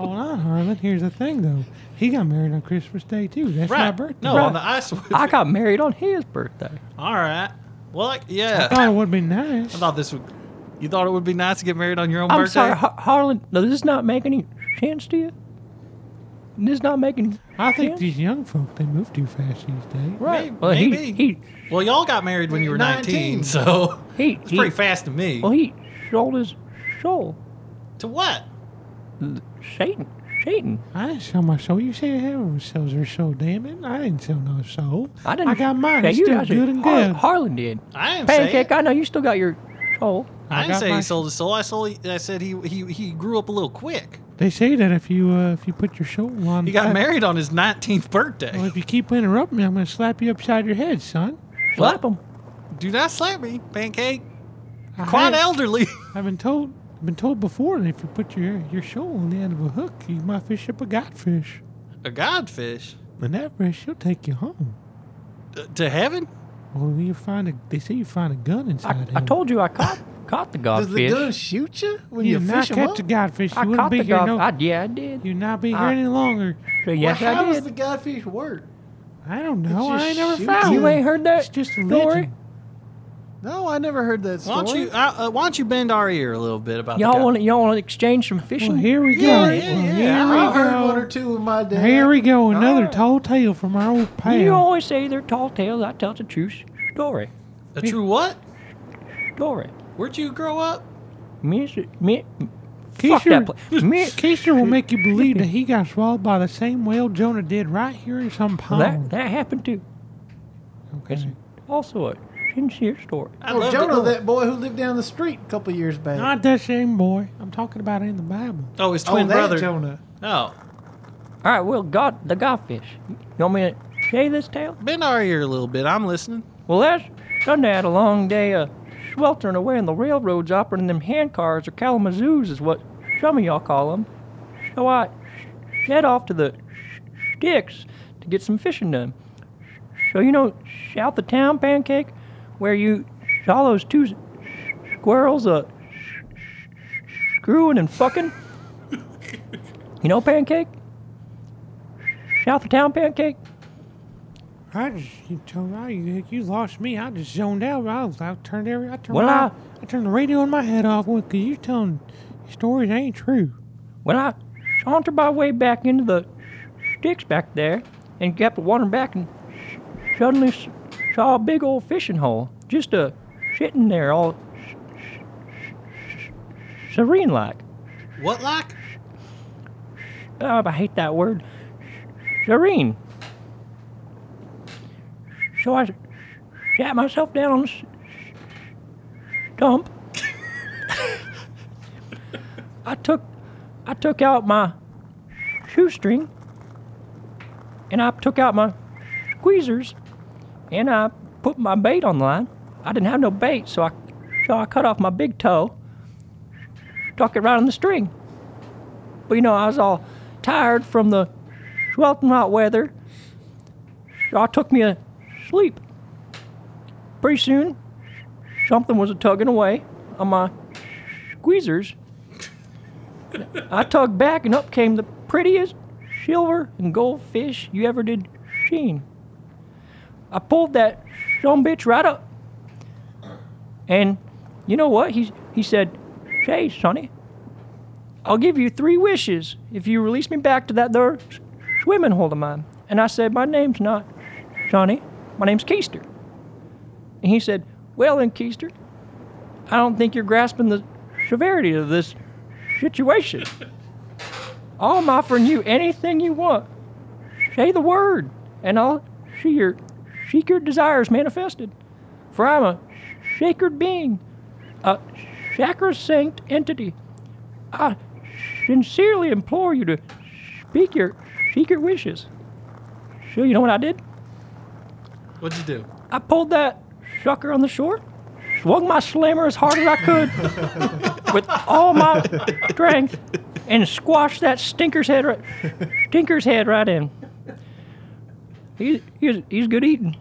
[SPEAKER 3] Hold on, Harlan. Here's the thing, though. He got married on Christmas Day too. That's my
[SPEAKER 2] right,
[SPEAKER 3] birthday.
[SPEAKER 2] no,
[SPEAKER 3] Right.
[SPEAKER 2] on the ice. with
[SPEAKER 4] I
[SPEAKER 2] you.
[SPEAKER 4] got married on his birthday.
[SPEAKER 2] all right. Well, I- yeah.
[SPEAKER 3] Thought Oh, it would be nice.
[SPEAKER 2] I thought this would. You thought it would be nice to get married on your own
[SPEAKER 4] I'm
[SPEAKER 2] birthday.
[SPEAKER 4] sorry, Har- Harlan. Does this not make any sense to you? This not making.
[SPEAKER 3] I think
[SPEAKER 4] sense?
[SPEAKER 3] these young folk they move too fast these days.
[SPEAKER 4] right.
[SPEAKER 2] May-
[SPEAKER 4] well, he-
[SPEAKER 2] maybe.
[SPEAKER 4] he
[SPEAKER 2] Well, y'all got married when you were 19,
[SPEAKER 5] 19.
[SPEAKER 2] so
[SPEAKER 4] he
[SPEAKER 2] it's
[SPEAKER 4] he.
[SPEAKER 2] pretty fast to me.
[SPEAKER 4] well, he sold his soul.
[SPEAKER 2] to what?
[SPEAKER 4] Satan. Satan.
[SPEAKER 3] I didn't sell my soul. You say everyone sells their soul, damn it. I didn't sell no soul.
[SPEAKER 4] I didn't.
[SPEAKER 3] I got mine.
[SPEAKER 4] Yeah,
[SPEAKER 3] it's
[SPEAKER 4] you
[SPEAKER 3] still
[SPEAKER 4] guys-
[SPEAKER 3] good and
[SPEAKER 4] Har-
[SPEAKER 3] good.
[SPEAKER 4] Harlan did.
[SPEAKER 2] I am saying.
[SPEAKER 4] Pancake, I know you still got your soul.
[SPEAKER 2] I,
[SPEAKER 3] I
[SPEAKER 2] didn't
[SPEAKER 3] got
[SPEAKER 2] say
[SPEAKER 3] my-
[SPEAKER 2] he sold his soul. I sold. I said he he he grew up a little quick.
[SPEAKER 3] They say that if you uh, if you put your soul on,
[SPEAKER 2] He got
[SPEAKER 3] uh,
[SPEAKER 2] married on his 19th birthday.
[SPEAKER 3] Well, if you keep interrupting me, I'm gonna slap you upside your head, son.
[SPEAKER 4] Slap him.
[SPEAKER 2] Do not slap me, pancake.
[SPEAKER 3] I
[SPEAKER 2] Quite
[SPEAKER 3] have-
[SPEAKER 2] elderly.
[SPEAKER 3] I've been told I've been told before that if you put your your soul on the end of a hook, you might fish up a godfish.
[SPEAKER 2] a godfish
[SPEAKER 3] And that fish, she'll take you home.
[SPEAKER 2] Uh, to heaven.
[SPEAKER 3] Well, you find a, they say you find a gun
[SPEAKER 4] I,
[SPEAKER 3] inside.
[SPEAKER 4] I
[SPEAKER 3] him.
[SPEAKER 4] told you I caught caught the
[SPEAKER 1] Does the gun
[SPEAKER 4] godfish.
[SPEAKER 1] shoot you when you
[SPEAKER 3] You not
[SPEAKER 1] fish them
[SPEAKER 3] catch
[SPEAKER 1] up?
[SPEAKER 3] the godfish. You
[SPEAKER 4] I
[SPEAKER 3] wouldn't
[SPEAKER 4] caught
[SPEAKER 3] be
[SPEAKER 4] the
[SPEAKER 3] here
[SPEAKER 4] godfish.
[SPEAKER 3] no.
[SPEAKER 4] yeah, I did.
[SPEAKER 3] You'd not be here
[SPEAKER 4] I-
[SPEAKER 3] any longer.
[SPEAKER 4] So yes,
[SPEAKER 1] well,
[SPEAKER 4] I
[SPEAKER 1] how
[SPEAKER 4] did.
[SPEAKER 1] does the godfish work?
[SPEAKER 3] I don't know. I
[SPEAKER 1] just
[SPEAKER 3] ain't never
[SPEAKER 1] shoot
[SPEAKER 3] found
[SPEAKER 4] you
[SPEAKER 3] it.
[SPEAKER 4] ain't heard that
[SPEAKER 3] It's just a
[SPEAKER 4] story?
[SPEAKER 3] legend.
[SPEAKER 1] No, I never heard that story.
[SPEAKER 2] Why don't you uh, uh, Why don't you bend our ear a little bit about the
[SPEAKER 4] Y'all
[SPEAKER 2] guy?
[SPEAKER 4] want to y'all want to exchange some fishing?
[SPEAKER 3] Well, here we go.
[SPEAKER 2] Yeah, yeah,
[SPEAKER 3] Well,
[SPEAKER 2] yeah.
[SPEAKER 3] Here we
[SPEAKER 1] I heard
[SPEAKER 3] go.
[SPEAKER 1] one or two of my dad. Oh,
[SPEAKER 3] Here we go. Another
[SPEAKER 4] right.
[SPEAKER 3] tall tale from our old pal.
[SPEAKER 4] You always say they're tall tales. I tell the true story.
[SPEAKER 2] a true what?
[SPEAKER 4] Story.
[SPEAKER 2] Where'd you grow up?
[SPEAKER 4] Me, me, fuck
[SPEAKER 3] Keisha,
[SPEAKER 4] that place. Me,
[SPEAKER 3] Keisher will make you believe that he got swallowed by the same whale Jonah did right here in some
[SPEAKER 4] that
[SPEAKER 3] pond.
[SPEAKER 4] that happened too.
[SPEAKER 3] Oh. okay.
[SPEAKER 4] Also a sincere story.
[SPEAKER 2] I
[SPEAKER 1] Oh,
[SPEAKER 2] love
[SPEAKER 1] Jonah,
[SPEAKER 2] to-
[SPEAKER 1] that boy who lived down the street a couple years back.
[SPEAKER 3] Not that same boy. I'm talking about in the Bible.
[SPEAKER 2] Oh, his
[SPEAKER 1] oh,
[SPEAKER 2] twin
[SPEAKER 1] that
[SPEAKER 2] brother.
[SPEAKER 1] Jonah.
[SPEAKER 2] Oh,
[SPEAKER 4] All right, well, God, the godfish. You want me to say this tale?
[SPEAKER 2] bend our ear a little bit. I'm listening.
[SPEAKER 4] Well, last Sunday I had a long day of sweltering away on the railroads operating them hand cars or Kalamazoos is what some of y'all call them. So I head off to the sticks to get some fishing done. So you know, out the town pancake, where you saw those two squirrels uh screwing and fucking. You know, pancake. South of town pancake.
[SPEAKER 3] I just you told I you, you lost me. I just zoned out. I was I turned every I turned
[SPEAKER 4] Well,
[SPEAKER 3] my,
[SPEAKER 4] I-
[SPEAKER 3] I, turned the radio in my head off because you telling stories that ain't true.
[SPEAKER 4] Well, I sauntered my way back into the sticks back there and kept wandering back and suddenly s- saw a big old fishing hole just uh, sitting there all s- s- serene like.
[SPEAKER 2] What like?
[SPEAKER 4] Oh, I hate that word. Serene. So I s- sat myself down on the s- stump. I took, I took out my shoestring, and I took out my squeezers, and I put my bait on the line. I didn't have no bait, so I, so I cut off my big toe, stuck it right on the string. But you know, I was all tired from the sweltering hot weather. So I took me a sleep. Pretty soon, something was a tugging away on my squeezers. I tugged back, and up came the prettiest silver and gold fish you ever did seen. I pulled that son bitch right up, and you know what? He he said, "Say, Sonny, I'll give you three wishes if you release me back to that there s- swimming hole of mine. And I said, My name's not Johnny. My name's Keister. And he said, Well, then, Keister, I don't think you're grasping the severity of this situation. I'm offering you anything you want. Say the word, and I'll see your secret desires manifested. For I'm a sacred being, a sacrosanct entity. I sincerely implore you to speak your secret wishes. So you know what I did?
[SPEAKER 2] What'd you do?
[SPEAKER 4] I pulled that sucker on the shore, swung my slammer as hard as I could with all my strength, and squashed that stinker's head right, stinker's head right in. He's, he's, he's good eating.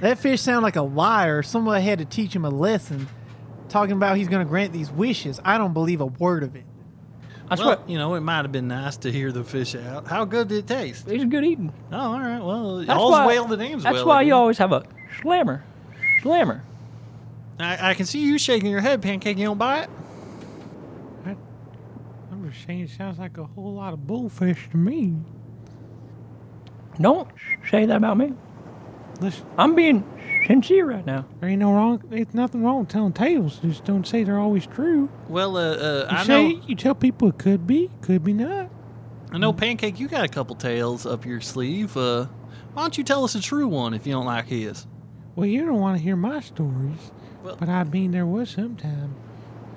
[SPEAKER 1] That fish sound like a liar. Someone had to teach him a lesson. Talking about he's going to grant these wishes. I don't believe a word of it.
[SPEAKER 4] I swear,
[SPEAKER 2] Well, you know, it might have been nice to hear the fish out. How good did it taste?
[SPEAKER 4] he's good eating.
[SPEAKER 2] Oh, all right. Well,
[SPEAKER 4] That's
[SPEAKER 2] all's
[SPEAKER 4] why,
[SPEAKER 2] well that ends
[SPEAKER 4] That's
[SPEAKER 2] well.
[SPEAKER 4] why
[SPEAKER 2] again.
[SPEAKER 4] you always have a slammer. Slammer.
[SPEAKER 2] I, I can see you shaking your head, pancake. You don't buy it.
[SPEAKER 3] I'm just saying it sounds like a whole lot of bullfish to me.
[SPEAKER 4] Don't say that about me.
[SPEAKER 3] Listen,
[SPEAKER 4] I'm being sincere right now.
[SPEAKER 3] there ain't no wrong. It's nothing wrong with telling tales. Just don't say they're always true.
[SPEAKER 2] Well, uh, uh,
[SPEAKER 3] You
[SPEAKER 2] I
[SPEAKER 3] say
[SPEAKER 2] know,
[SPEAKER 3] you tell people it could be, could be not.
[SPEAKER 2] I know, pancake. You got a couple tales up your sleeve. Uh, why don't you tell us a true one if you don't like his?
[SPEAKER 3] Well, you don't want to hear my stories,
[SPEAKER 2] Well-
[SPEAKER 3] but I mean, there was some time,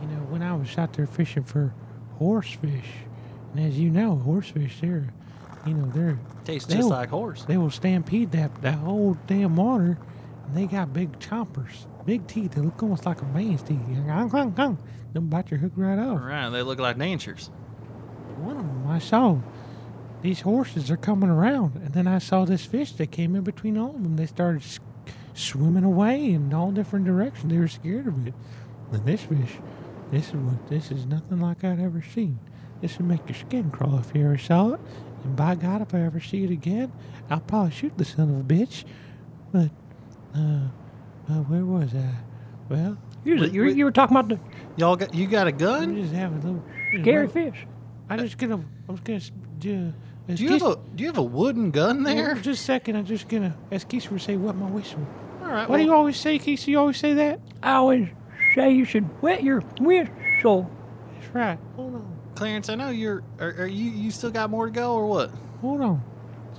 [SPEAKER 3] you know, when I was out there fishing for horsefish, and as you know, horsefish, they're, you know, they're
[SPEAKER 2] Tastes
[SPEAKER 3] Ew.
[SPEAKER 2] just like horse.
[SPEAKER 3] they will stampede that that whole damn water, and they got big chompers, big teeth. They look almost like a man's teeth. They'll bite your hook right
[SPEAKER 2] All
[SPEAKER 3] off.
[SPEAKER 2] right, they look like dancers.
[SPEAKER 3] One of them I saw. These horses are coming around, and then I saw this fish that came in between all of them. They started s- swimming away in all different directions. They were scared of it. Then this fish, this is what this is nothing like I'd ever seen. This would make your skin crawl if you ever saw it. And by God, if I ever see it again, I'll probably shoot the son of a bitch. But, uh, uh where was I? Well,
[SPEAKER 4] You, was-
[SPEAKER 2] Wait,
[SPEAKER 4] you,
[SPEAKER 2] wait.
[SPEAKER 4] you were talking about the
[SPEAKER 2] Y'all got you got a
[SPEAKER 3] I'm
[SPEAKER 2] gun?
[SPEAKER 3] just having a little. just
[SPEAKER 4] Gary
[SPEAKER 3] little-
[SPEAKER 4] Fish.
[SPEAKER 3] I just gonna. I was gonna. s- ju- uh,
[SPEAKER 2] Do you have
[SPEAKER 3] excuse-
[SPEAKER 2] a do you have a wooden gun there?
[SPEAKER 3] Just a second. I'm just gonna ask Keisha to say what my whistle.
[SPEAKER 2] All right.
[SPEAKER 3] Why do you
[SPEAKER 2] well,
[SPEAKER 3] always say, Keisha? You always say that.
[SPEAKER 4] I always say you should wet your whistle.
[SPEAKER 3] That's right. Hold on.
[SPEAKER 2] Clarence, I know you're. Are, are you you still got more to go or what?
[SPEAKER 3] Hold on.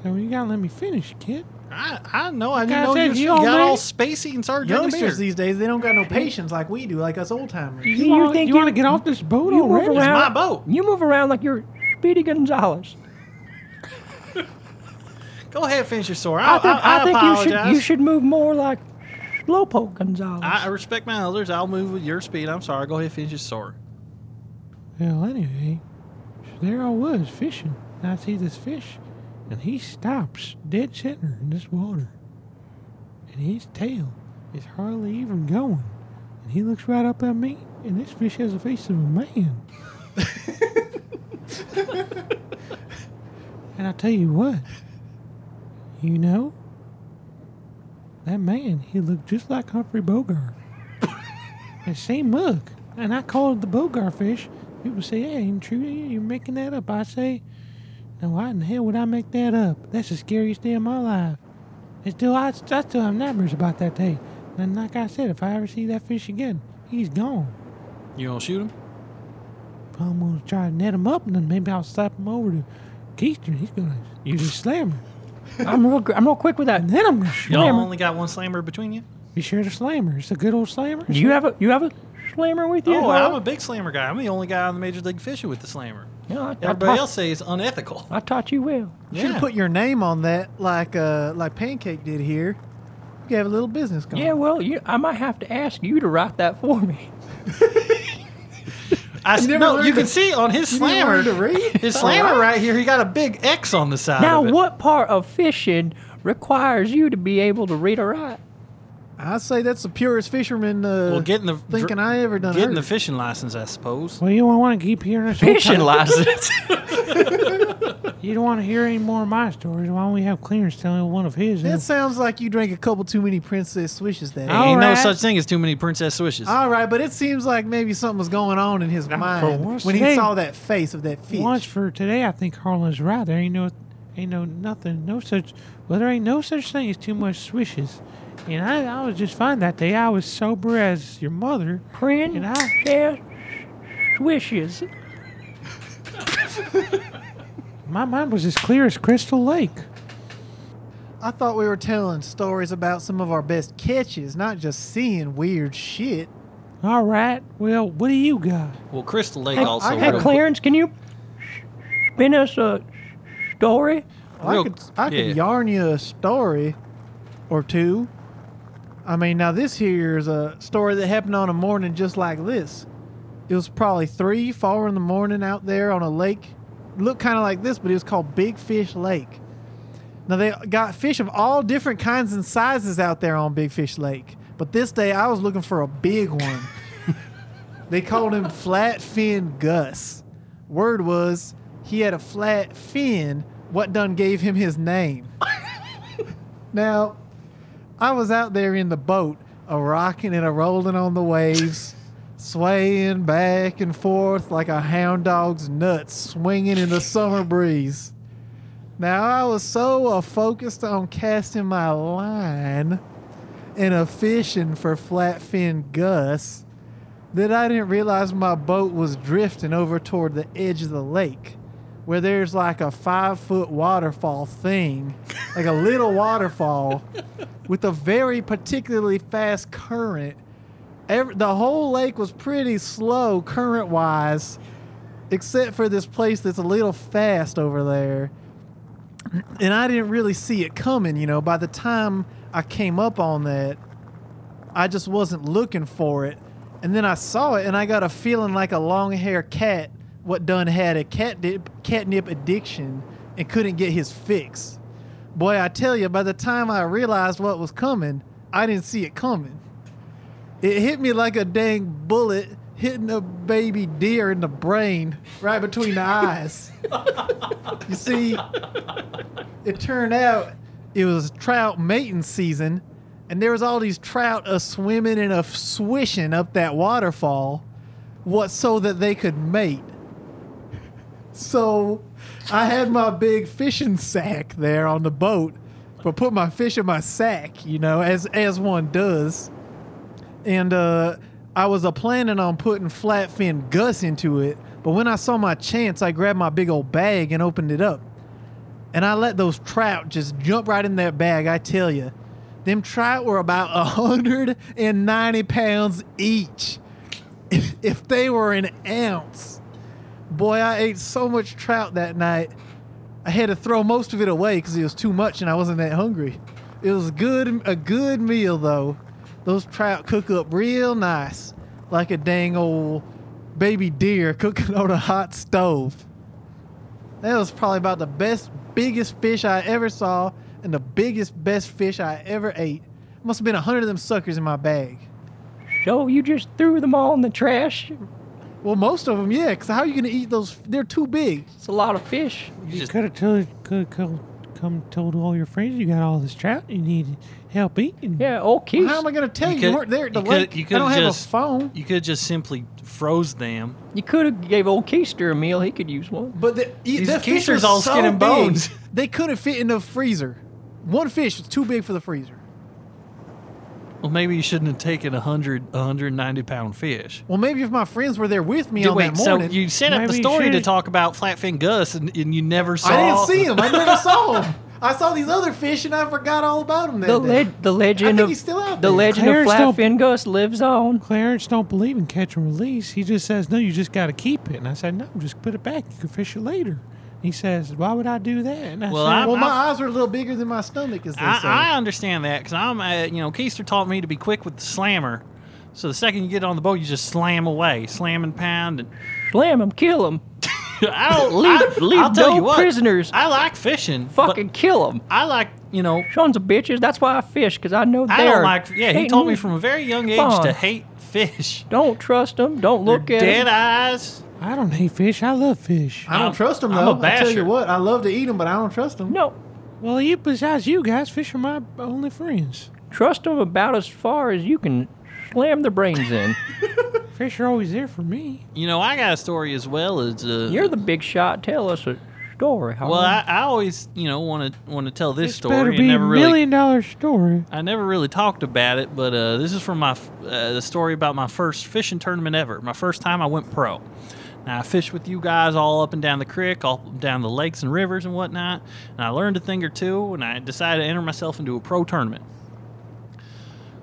[SPEAKER 3] So you gotta let me finish, kid.
[SPEAKER 2] I I know. I
[SPEAKER 3] Like I
[SPEAKER 2] didn't know
[SPEAKER 3] said,
[SPEAKER 2] you,
[SPEAKER 3] you
[SPEAKER 2] you got
[SPEAKER 3] already-
[SPEAKER 2] all spacey and started drinking beer.
[SPEAKER 1] Youngsters these days, they don't got no patience like we do, like us old timers.
[SPEAKER 3] You,
[SPEAKER 4] You
[SPEAKER 3] wanna,
[SPEAKER 4] think
[SPEAKER 3] you wanna
[SPEAKER 4] you-
[SPEAKER 3] get off this boat
[SPEAKER 4] You move
[SPEAKER 3] already?
[SPEAKER 4] around.
[SPEAKER 2] my boat.
[SPEAKER 4] You move around like you're Speedy Gonzalez.
[SPEAKER 2] Go ahead, finish your story. I,
[SPEAKER 4] I think
[SPEAKER 2] I, I,
[SPEAKER 4] think you
[SPEAKER 2] apologize.
[SPEAKER 4] should you should move more like Slowpoke Gonzalez.
[SPEAKER 2] I, I respect my elders. I'll move with your speed. I'm sorry. Go ahead, finish your story.
[SPEAKER 3] Well, anyway, so there I was fishing. And I see this fish, and he stops dead center in this water. And his tail is hardly even going. And he looks right up at me, and this fish has the face of a man. and I tell you what, you know, that man, he looked just like Humphrey Bogart the same mug. And I called it the bogar fish. People say, "Hey, ain't true. You're making that up." I say, "No, why in the hell would I make that up? That's the scariest day of my life." And still, I, I still have nightmares about that day. And like I said, if I ever see that fish again, he's gone.
[SPEAKER 2] You gonna shoot him?
[SPEAKER 3] I'm gonna try to net him up, and then maybe I'll slap him over to Keister. He's gonna use his slammer,
[SPEAKER 4] I'm real gr- I'm real quick with that.
[SPEAKER 3] and then I'm gonna shoot.
[SPEAKER 2] Y'all
[SPEAKER 4] Slammer.
[SPEAKER 2] only got one slammer between you.
[SPEAKER 3] Be sure to slammer. It's a good old slammer.
[SPEAKER 4] Do you have a you have a slammer with you?
[SPEAKER 2] oh, I'm a big slammer guy. I'm the only guy on the major league fishing with the slammer.
[SPEAKER 4] No, I, I
[SPEAKER 2] Everybody
[SPEAKER 4] taught-
[SPEAKER 2] else says it's unethical.
[SPEAKER 4] I taught you well.
[SPEAKER 1] Should have
[SPEAKER 2] Yeah.
[SPEAKER 1] put your name on that, like uh, like Pancake did here. You could have a little business going.
[SPEAKER 4] Yeah, well, you, I might have to ask you to write that for me.
[SPEAKER 2] I,
[SPEAKER 1] You never
[SPEAKER 2] no,
[SPEAKER 1] learned
[SPEAKER 2] you can
[SPEAKER 1] to-
[SPEAKER 2] see on his
[SPEAKER 1] You didn't learn
[SPEAKER 2] slammer,
[SPEAKER 1] to read?
[SPEAKER 2] his
[SPEAKER 1] All
[SPEAKER 2] slammer
[SPEAKER 1] right.
[SPEAKER 2] right here, he got a big X on the side.
[SPEAKER 4] Now,
[SPEAKER 2] of it.
[SPEAKER 4] what part of fishing requires you to be able to read or write?
[SPEAKER 1] I say that's the purest fisherman uh,
[SPEAKER 2] Well, getting the
[SPEAKER 1] thinking I ever done.
[SPEAKER 2] getting
[SPEAKER 1] heard.
[SPEAKER 2] the fishing license, I suppose.
[SPEAKER 3] Well, you don't want to keep hearing this whole
[SPEAKER 4] Fishing
[SPEAKER 3] time.
[SPEAKER 4] license.
[SPEAKER 3] You don't want to hear any more of my stories. Why don't we have Clarence telling one of his?
[SPEAKER 1] That sounds like you drank a couple too many Princess Swishes that
[SPEAKER 2] Hey,
[SPEAKER 1] day.
[SPEAKER 3] All
[SPEAKER 2] ain't no
[SPEAKER 3] right.
[SPEAKER 2] such thing as too many princess swishes.
[SPEAKER 1] All right, but it seems like maybe something was going on in his mind
[SPEAKER 3] once-
[SPEAKER 1] when he
[SPEAKER 3] Hey.
[SPEAKER 1] saw that face of that fish.
[SPEAKER 3] Once for today, I think Harlan's right. There ain't no, ain't no nothing, no such. Well, there ain't no such thing as too much swishes. And I, I was just fine that day. I was sober as your mother. And I-
[SPEAKER 4] Princess swishes.
[SPEAKER 3] My mind was as clear as crystal lake.
[SPEAKER 1] I thought we were telling stories about some of our best catches, not just seeing weird shit.
[SPEAKER 3] All right. Well, what do you got?
[SPEAKER 2] Well, Crystal Lake
[SPEAKER 1] Hey,
[SPEAKER 2] also.
[SPEAKER 1] I-
[SPEAKER 4] Hey,
[SPEAKER 2] real quick-
[SPEAKER 4] Clarence, can you spin us a story?
[SPEAKER 1] I
[SPEAKER 2] Real-
[SPEAKER 1] could I could
[SPEAKER 2] yeah.
[SPEAKER 1] yarn you a story or two. I mean, now this here is a story that happened on a morning just like this. It was probably three, four in the morning out there on a lake. Looked kind of like this, but it was called Big Fish Lake. Now they got fish of all different kinds and sizes out there on Big Fish Lake. But this day I was looking for a big one. they called him Flat Fin Gus. Word was he had a flat fin. What done gave him his name? now, I was out there in the boat, a rocking and a rolling on the waves, swaying back and forth like a hound dog's nuts swinging in the summer breeze. Now I was so uh, focused on casting my line and a fishing for flatfin Gus that I didn't realize my boat was drifting over toward the edge of the lake, where there's like a five foot waterfall thing, like a little waterfall, with a very particularly fast current. Every, the whole lake was pretty slow current wise, except for this place that's a little fast over there and I didn't really see it coming, you know. By the time I came up on that, I just wasn't looking for it. And then I saw it and I got a feeling like a long haired cat what done had a catnip catnip addiction and couldn't get his fix. Boy, I tell you, by the time I realized what was coming, I didn't see it coming. It hit me like a dang bullet hitting a baby deer in the brain, right between the eyes. you see, it turned out it was trout mating season, and there was all these trout a swimming and a swishing up that waterfall, what so that they could mate. So I had my big fishing sack there on the boat, but put my fish in my sack, you know, as as one does. And uh, I was uh, planning on putting flatfin Gus into it, but when I saw my chance, I grabbed my big old bag and opened it up. And I let those trout just jump right in that bag, I tell you. Them trout were about 190 pounds each. If, if they were an ounce. Boy, I ate so much trout that night. I had to throw most of it away because it was too much and I wasn't that hungry. It was good, a good meal though. Those trout cook up real nice, like a dang old baby deer cooking on a hot stove. That was probably about the best, biggest fish I ever saw and the biggest, best fish I ever ate. Must have been a hundred of them suckers in my bag.
[SPEAKER 4] So you just threw them all in the trash.
[SPEAKER 1] Well, most of them, yeah, because how are you going to eat those? They're too big.
[SPEAKER 4] It's a lot of fish.
[SPEAKER 2] You
[SPEAKER 3] You
[SPEAKER 2] just-
[SPEAKER 3] could have told, could come, come told all your friends you got all this trout you need help eating.
[SPEAKER 4] Yeah, old Keith.
[SPEAKER 1] How am I going to tell
[SPEAKER 2] You
[SPEAKER 1] you? You,
[SPEAKER 2] could-
[SPEAKER 1] weren't there at the
[SPEAKER 2] you could-
[SPEAKER 1] lake.
[SPEAKER 2] you
[SPEAKER 1] I don't
[SPEAKER 2] could've
[SPEAKER 1] have
[SPEAKER 2] just-
[SPEAKER 1] a phone.
[SPEAKER 2] You could just simply froze them.
[SPEAKER 4] You could have gave old Keister a meal. He could use one.
[SPEAKER 1] But the,
[SPEAKER 2] These
[SPEAKER 1] the fish
[SPEAKER 2] keisters
[SPEAKER 1] was
[SPEAKER 2] all
[SPEAKER 1] so
[SPEAKER 2] skin and
[SPEAKER 1] big,
[SPEAKER 2] bones.
[SPEAKER 1] They couldn't fit in the freezer. One fish was too big for the freezer.
[SPEAKER 2] Well, maybe you shouldn't have taken a hundred, a hundred ninety pound fish.
[SPEAKER 1] Well, maybe if my friends were there with me on
[SPEAKER 2] Wait,
[SPEAKER 1] that
[SPEAKER 2] so
[SPEAKER 1] morning,
[SPEAKER 2] you set up the
[SPEAKER 3] Maybe you
[SPEAKER 2] story to
[SPEAKER 3] should've-
[SPEAKER 2] talk about Flatfin Gus, and, and you never saw.
[SPEAKER 1] I didn't see him. I never saw him. I saw these other fish and I forgot all about them. That
[SPEAKER 4] The
[SPEAKER 1] day.
[SPEAKER 4] leg, the legend
[SPEAKER 1] think
[SPEAKER 4] of
[SPEAKER 1] he's still out
[SPEAKER 4] the
[SPEAKER 1] there.
[SPEAKER 4] legend
[SPEAKER 3] Claire's
[SPEAKER 4] of
[SPEAKER 3] still-
[SPEAKER 4] Flatfin Gus lives on.
[SPEAKER 3] Clarence don't believe in catch and release. He just says, no, you just got to keep it. And I said, no, just put it back. You can fish it later. He says, why would I do that? And I
[SPEAKER 2] Well,
[SPEAKER 3] said,
[SPEAKER 2] I'm-
[SPEAKER 1] Well, my eyes were a little bigger than my stomach, as they say.
[SPEAKER 2] I, I understand that because I'm, uh, you know, Keister taught me to be quick with the slammer. So the second you get on the boat, you just slam away, slam and pound, and
[SPEAKER 4] Slam him, kill him,
[SPEAKER 2] I don't
[SPEAKER 4] Leave-
[SPEAKER 2] I,
[SPEAKER 4] leave
[SPEAKER 2] I'll tell
[SPEAKER 4] no
[SPEAKER 2] you what,
[SPEAKER 4] prisoners.
[SPEAKER 2] I like fishing. but
[SPEAKER 4] fucking kill him.
[SPEAKER 2] I like, you know,
[SPEAKER 4] Sons of bitches. That's why I fish because I know they're.
[SPEAKER 2] I don't like. Yeah, he told me
[SPEAKER 4] hating.
[SPEAKER 2] from a very young age
[SPEAKER 4] Fun.
[SPEAKER 2] to hate fish.
[SPEAKER 4] Don't trust them. Don't look
[SPEAKER 2] They're
[SPEAKER 4] at
[SPEAKER 2] dead
[SPEAKER 4] 'em.
[SPEAKER 2] eyes.
[SPEAKER 3] I don't hate fish. I love fish.
[SPEAKER 1] I don't
[SPEAKER 2] I'm-
[SPEAKER 1] trust them
[SPEAKER 2] I'm a
[SPEAKER 1] though. I tell
[SPEAKER 2] basher.
[SPEAKER 1] you what, I love to eat them, but I don't trust them.
[SPEAKER 4] No,
[SPEAKER 3] Well, you besides you guys, fish are my only friends.
[SPEAKER 4] trust them about as far as you can slam their brains in.
[SPEAKER 3] Fish are always there for me.
[SPEAKER 2] You know, I got a story as well as uh,
[SPEAKER 4] You're the big shot. Tell us a story. Howard.
[SPEAKER 2] Well, I, I always, you know, want to want to tell this
[SPEAKER 3] This better
[SPEAKER 2] story.
[SPEAKER 3] be
[SPEAKER 2] and
[SPEAKER 3] a
[SPEAKER 2] never really,
[SPEAKER 3] million dollar story.
[SPEAKER 2] I never really talked about it, but uh, this is from my f- uh, the story about my first fishing tournament ever. My first time I went pro. Now I fished with you guys all up and down the creek, all up and down the lakes and rivers and whatnot, and I learned a thing or two. And I decided to enter myself into a pro tournament.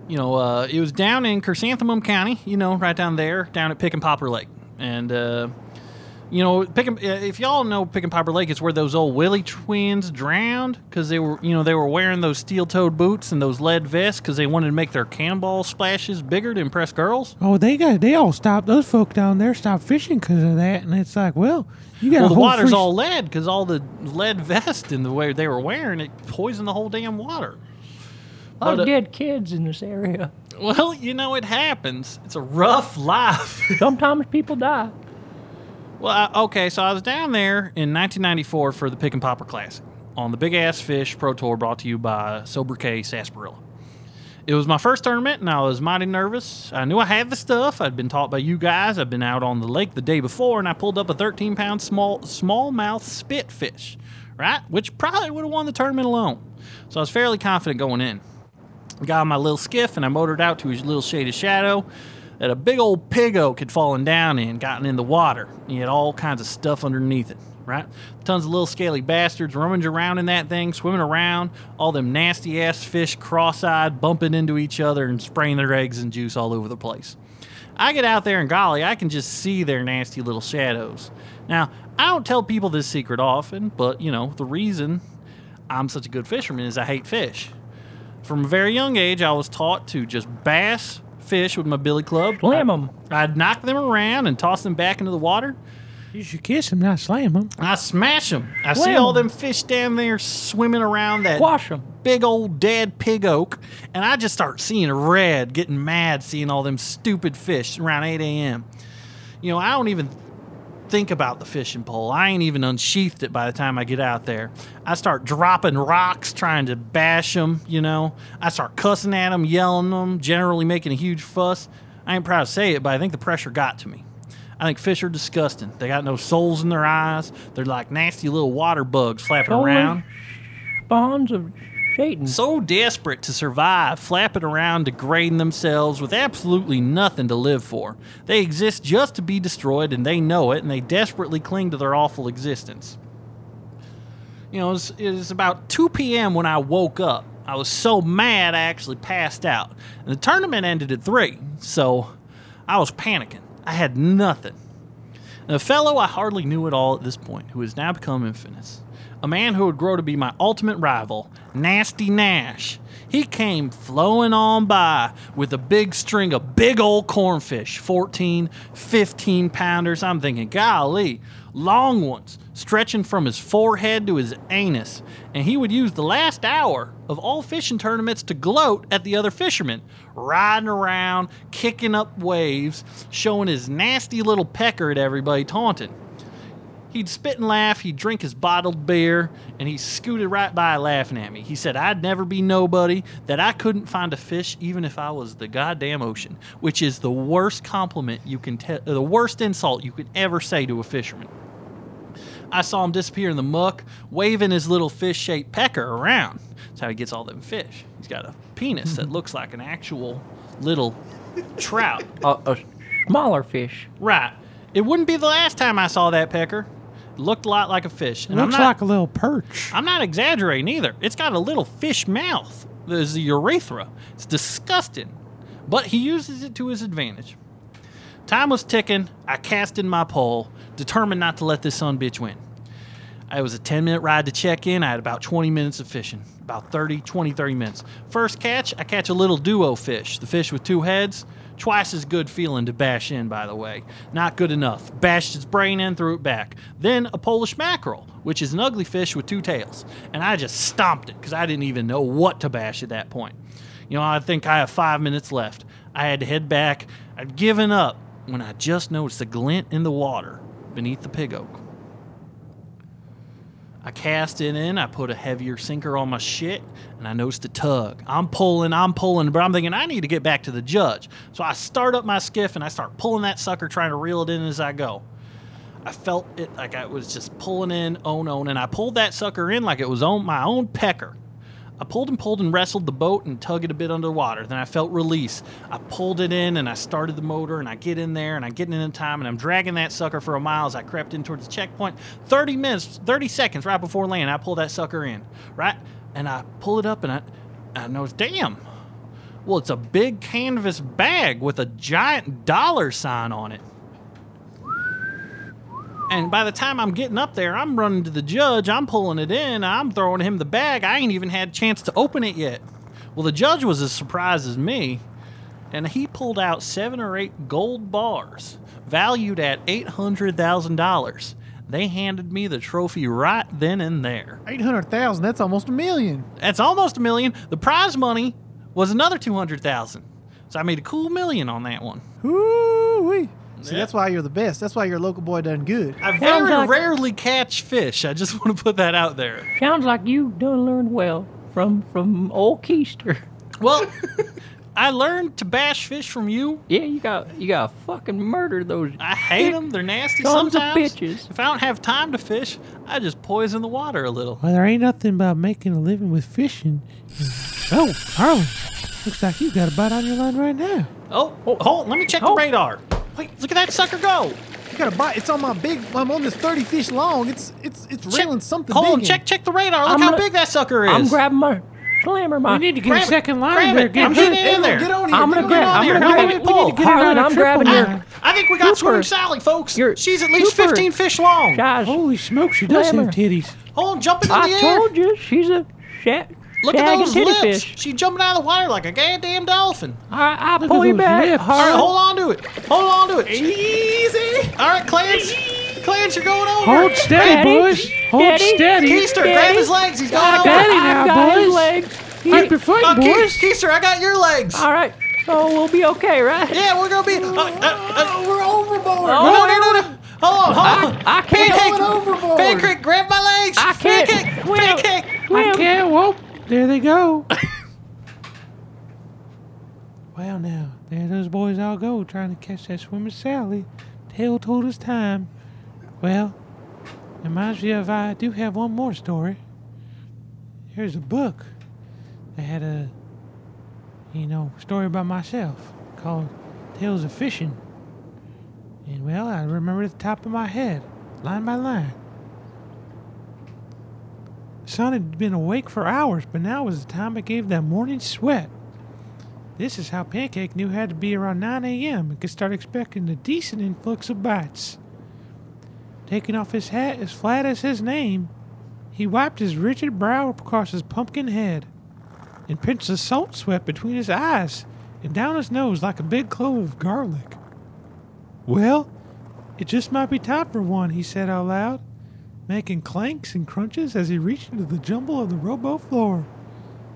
[SPEAKER 2] You know, uh, it was down in Chrysanthemum County. You know, right down there, down at Pick and Popper Lake, and. Uh, you know, Pick 'em- uh if y'all know Pick and Popper Lake, it's where those old Willie twins drowned because they were, you know, they were wearing those steel-toed boots and those lead vests because they wanted to make their cannonball splashes bigger to impress girls.
[SPEAKER 3] Oh, they got they all stopped. Those folk down there stopped fishing because of that, and it's like, well, you got
[SPEAKER 2] Well,
[SPEAKER 3] a
[SPEAKER 2] the
[SPEAKER 3] whole
[SPEAKER 2] water's
[SPEAKER 3] fresh-
[SPEAKER 2] all lead because all the lead vest and the way they were wearing it poisoned the whole damn water.
[SPEAKER 4] a lot
[SPEAKER 2] but, uh,
[SPEAKER 4] of dead kids in this area.
[SPEAKER 2] Well, you know, it happens. It's a rough life.
[SPEAKER 4] Sometimes people die.
[SPEAKER 2] Well, I, okay, so I was down there in 1994 for the Pick and Popper Classic on the Big Ass Fish Pro Tour brought to you by Sobriquet Sarsaparilla. It was my first tournament, and I was mighty nervous. I knew I had the stuff. I'd been taught by you guys. I'd been out on the lake the day before, and I pulled up a 13-pound small smallmouth spitfish, right? Which probably would have won the tournament alone. So I was fairly confident going in got on my little skiff and I motored out to his little shaded shadow that a big old pig oak had fallen down in, gotten in the water. He had all kinds of stuff underneath it, right? Tons of little scaly bastards rummaging around in that thing, swimming around, all them nasty ass fish cross eyed, bumping into each other and spraying their eggs and juice all over the place. I get out there and golly, I can just see their nasty little shadows. Now, I don't tell people this secret often, but you know, the reason I'm such a good fisherman is I hate fish. From a very young age, I was taught to just bass fish with my billy club.
[SPEAKER 4] Slam 'em.
[SPEAKER 2] I'd knock them around and toss them back into the water.
[SPEAKER 3] You should kiss him, not slam him.
[SPEAKER 2] I smash them. I see
[SPEAKER 4] Slam
[SPEAKER 2] all them
[SPEAKER 4] 'em.
[SPEAKER 2] fish down there swimming around that
[SPEAKER 4] Squash 'em.
[SPEAKER 2] big old dead pig oak, and I just start seeing red, getting mad, seeing all them stupid fish around 8 a.m. You know, I don't even think about the fishing pole. I ain't even unsheathed it by the time I get out there. I start dropping rocks, trying to bash them, you know. I start cussing at them, yelling them, generally making a huge fuss. I ain't proud to say it, but I think the pressure got to me. I think fish are disgusting. They got no souls in their eyes. They're like nasty little water bugs flapping
[SPEAKER 4] Holy
[SPEAKER 2] around.
[SPEAKER 4] Bonds of Satan.
[SPEAKER 2] So desperate to survive, flapping around, degrading themselves with absolutely nothing to live for. They exist just to be destroyed, and they know it, and they desperately cling to their awful existence. You know, it was, it was about 2 p.m. when I woke up. I was so mad I actually passed out. And the tournament ended at 3, so I was panicking. I had nothing. And a fellow I hardly knew at all at this point, who has now become infamous. A man who would grow to be my ultimate rival, Nasty Nash. He came flowing on by with a big string of big old cornfish, 14, 15 pounders. I'm thinking, golly, long ones, stretching from his forehead to his anus. And he would use the last hour of all fishing tournaments to gloat at the other fishermen, riding around, kicking up waves, showing his nasty little pecker at everybody, taunting. He'd spit and laugh, he'd drink his bottled beer, and he scooted right by laughing at me. He said I'd never be nobody, that I couldn't find a fish even if I was the goddamn ocean, which is the worst compliment you can tell, the worst insult you could ever say to a fisherman. I saw him disappear in the muck, waving his little fish shaped pecker around. That's how he gets all them fish. He's got a penis that looks like an actual little trout.
[SPEAKER 4] Uh, a smaller fish.
[SPEAKER 2] Right. It wouldn't be the last time I saw that pecker. It looked a lot like a fish. And
[SPEAKER 3] Looks
[SPEAKER 2] I'm not,
[SPEAKER 3] like a little perch.
[SPEAKER 2] I'm not exaggerating either. It's got a little fish mouth. There's the urethra. It's disgusting. But he uses it to his advantage. Time was ticking. I cast in my pole, determined not to let this son bitch win. It was a 10 minute ride to check in. I had about 20 minutes of fishing, about 30, 20, 30 minutes. First catch, I catch a little duo fish, the fish with two heads. Twice as good feeling to bash in, by the way. Not good enough. Bashed its brain in, threw it back. Then a Polish mackerel, which is an ugly fish with two tails. And I just stomped it because I didn't even know what to bash at that point. You know, I think I have five minutes left. I had to head back. I'd given up when I just noticed a glint in the water beneath the pig oak. I cast it in, I put a heavier sinker on my shit, and I noticed a tug. I'm pulling, I'm pulling, but I'm thinking I need to get back to the judge. So I start up my skiff and I start pulling that sucker, trying to reel it in as I go. I felt it like I was just pulling in, own, own, and I pulled that sucker in like it was on my own pecker. I pulled and pulled and wrestled the boat and tugged it a bit underwater. Then I felt release. I pulled it in and I started the motor and I get in there and I'm getting in in time and I'm dragging that sucker for a mile as I crept in towards the checkpoint. 30 minutes, 30 seconds right before land, I pull that sucker in, right? And I pull it up and I, I notice, damn. Well, it's a big canvas bag with a giant dollar sign on it. And by the time I'm getting up there, I'm running to the judge, I'm pulling it in, I'm throwing him the bag. I ain't even had a chance to open it yet. Well, the judge was as surprised as me, and he pulled out seven or eight gold bars valued at $800,000. They handed me the trophy right then and there.
[SPEAKER 1] Eight hundred thousand. That's almost a million.
[SPEAKER 2] That's almost a million. The prize money was another 200,000. So I made a cool million on that one.
[SPEAKER 1] Ooh-wee. See,
[SPEAKER 2] Yeah.
[SPEAKER 1] that's why you're the best. That's why your local boy done good.
[SPEAKER 2] I
[SPEAKER 4] Sounds
[SPEAKER 2] very
[SPEAKER 4] like-
[SPEAKER 2] rarely catch fish. I just want to put that out there.
[SPEAKER 4] Sounds like you done learned well from from old Keister.
[SPEAKER 2] Well, I learned to bash fish from you.
[SPEAKER 4] Yeah, you got you got fucking murder those.
[SPEAKER 2] I hate them. They're nasty
[SPEAKER 4] Sons of
[SPEAKER 2] sometimes.
[SPEAKER 4] bitches.
[SPEAKER 2] If I don't have time to fish, I just poison the water a little.
[SPEAKER 3] Well, there ain't nothing about making a living with fishing. Oh, Harlan, looks like you got a bite on your line right now.
[SPEAKER 2] Oh, oh, hold. Let me check the
[SPEAKER 4] Oh.
[SPEAKER 2] radar. Wait, look at that sucker go.
[SPEAKER 1] You got a bite. It's on my big. I'm on this thirty fish long. It's it's it's
[SPEAKER 2] Check-
[SPEAKER 1] reeling something.
[SPEAKER 2] Hold
[SPEAKER 1] big
[SPEAKER 2] on.
[SPEAKER 1] in.
[SPEAKER 2] Check check the radar. Look
[SPEAKER 4] I'm
[SPEAKER 2] how
[SPEAKER 4] gonna-
[SPEAKER 2] big that sucker is.
[SPEAKER 4] I'm grabbing my slammer. My
[SPEAKER 3] We need to get
[SPEAKER 2] Grab
[SPEAKER 3] a
[SPEAKER 2] it,
[SPEAKER 3] second
[SPEAKER 2] grab
[SPEAKER 3] line there.
[SPEAKER 2] it, I'm
[SPEAKER 3] Get-
[SPEAKER 2] getting in there.
[SPEAKER 1] Get on here.
[SPEAKER 4] I'm
[SPEAKER 1] Get
[SPEAKER 4] gonna
[SPEAKER 1] on
[SPEAKER 4] grab.
[SPEAKER 1] here.
[SPEAKER 2] I'm
[SPEAKER 4] I'm
[SPEAKER 2] gonna grab
[SPEAKER 4] gonna grab
[SPEAKER 2] it.
[SPEAKER 4] it.
[SPEAKER 2] We need to
[SPEAKER 3] get it on
[SPEAKER 4] Harlan,
[SPEAKER 3] a
[SPEAKER 4] I'm
[SPEAKER 3] triple
[SPEAKER 4] grabbing
[SPEAKER 3] line.
[SPEAKER 4] your
[SPEAKER 2] I, I think we got Swim
[SPEAKER 4] Cooper.
[SPEAKER 2] Sally, folks.
[SPEAKER 4] You're-
[SPEAKER 2] She's at least
[SPEAKER 4] Cooper.
[SPEAKER 2] 15 fish long.
[SPEAKER 4] guys.
[SPEAKER 3] Holy smokes, she does have
[SPEAKER 4] Glamour.
[SPEAKER 3] titties.
[SPEAKER 2] Hold on, jumping in the
[SPEAKER 4] I
[SPEAKER 2] air.
[SPEAKER 4] told you, she's a sha-
[SPEAKER 2] Oh, Look at
[SPEAKER 4] shaggy
[SPEAKER 2] those
[SPEAKER 4] titty
[SPEAKER 2] lips.
[SPEAKER 4] fish.
[SPEAKER 2] She jumping out of the water like a goddamn dolphin.
[SPEAKER 4] All right, I
[SPEAKER 3] at
[SPEAKER 4] pull you
[SPEAKER 3] those
[SPEAKER 4] back.
[SPEAKER 2] Oh.
[SPEAKER 3] lips.
[SPEAKER 2] All right,
[SPEAKER 4] Harlan.
[SPEAKER 2] hold on to it. Hold on to it. Easy. All right, Clarence. Clance, you're going over.
[SPEAKER 3] Hold steady,
[SPEAKER 4] Daddy?
[SPEAKER 3] boys. Hold
[SPEAKER 4] Daddy?
[SPEAKER 3] steady.
[SPEAKER 2] Keister, grab his
[SPEAKER 4] Daddy?
[SPEAKER 2] legs. He's
[SPEAKER 4] I
[SPEAKER 2] going
[SPEAKER 4] got,
[SPEAKER 2] over.
[SPEAKER 3] Daddy
[SPEAKER 4] I
[SPEAKER 3] now,
[SPEAKER 4] got his
[SPEAKER 3] boys.
[SPEAKER 4] leg. He-
[SPEAKER 3] Keep your foot,
[SPEAKER 2] Oh,
[SPEAKER 3] boys.
[SPEAKER 2] Ke- Keister, I got your legs.
[SPEAKER 4] all right. So we'll be okay, right?
[SPEAKER 2] Yeah, we're gonna be. Uh, uh, uh, we're overboard.
[SPEAKER 4] Oh,
[SPEAKER 2] no, no, no, no. Hold on, hold on.
[SPEAKER 4] I
[SPEAKER 2] Pancake,
[SPEAKER 4] can't.
[SPEAKER 1] overboard.
[SPEAKER 2] pancake, grab my legs.
[SPEAKER 4] I can't
[SPEAKER 2] Pancake,
[SPEAKER 4] swim.
[SPEAKER 2] pancake.
[SPEAKER 3] I
[SPEAKER 4] Well,
[SPEAKER 3] can't. Whoop. There they go. well, now, there those boys all go trying to catch that swimmer Sally. Tale told us time. Well, reminds me of I do have one more story. Here's a book. I had a, you know, story about myself called Tales of Fishing. And well, I remember it at the top of my head, line by line. Son had been awake for hours, but now was the time I gave that morning sweat. This is how Pancake knew had to be around 9 a.m. and could start expecting a decent influx of bites. Taking off his hat as flat as his name, he wiped his rigid brow across his pumpkin head and pinched the salt sweat between his eyes and down his nose like a big clove of garlic. Well, it just might be time for one, he said out loud making clanks and crunches as he reached into the jumble of the robo floor.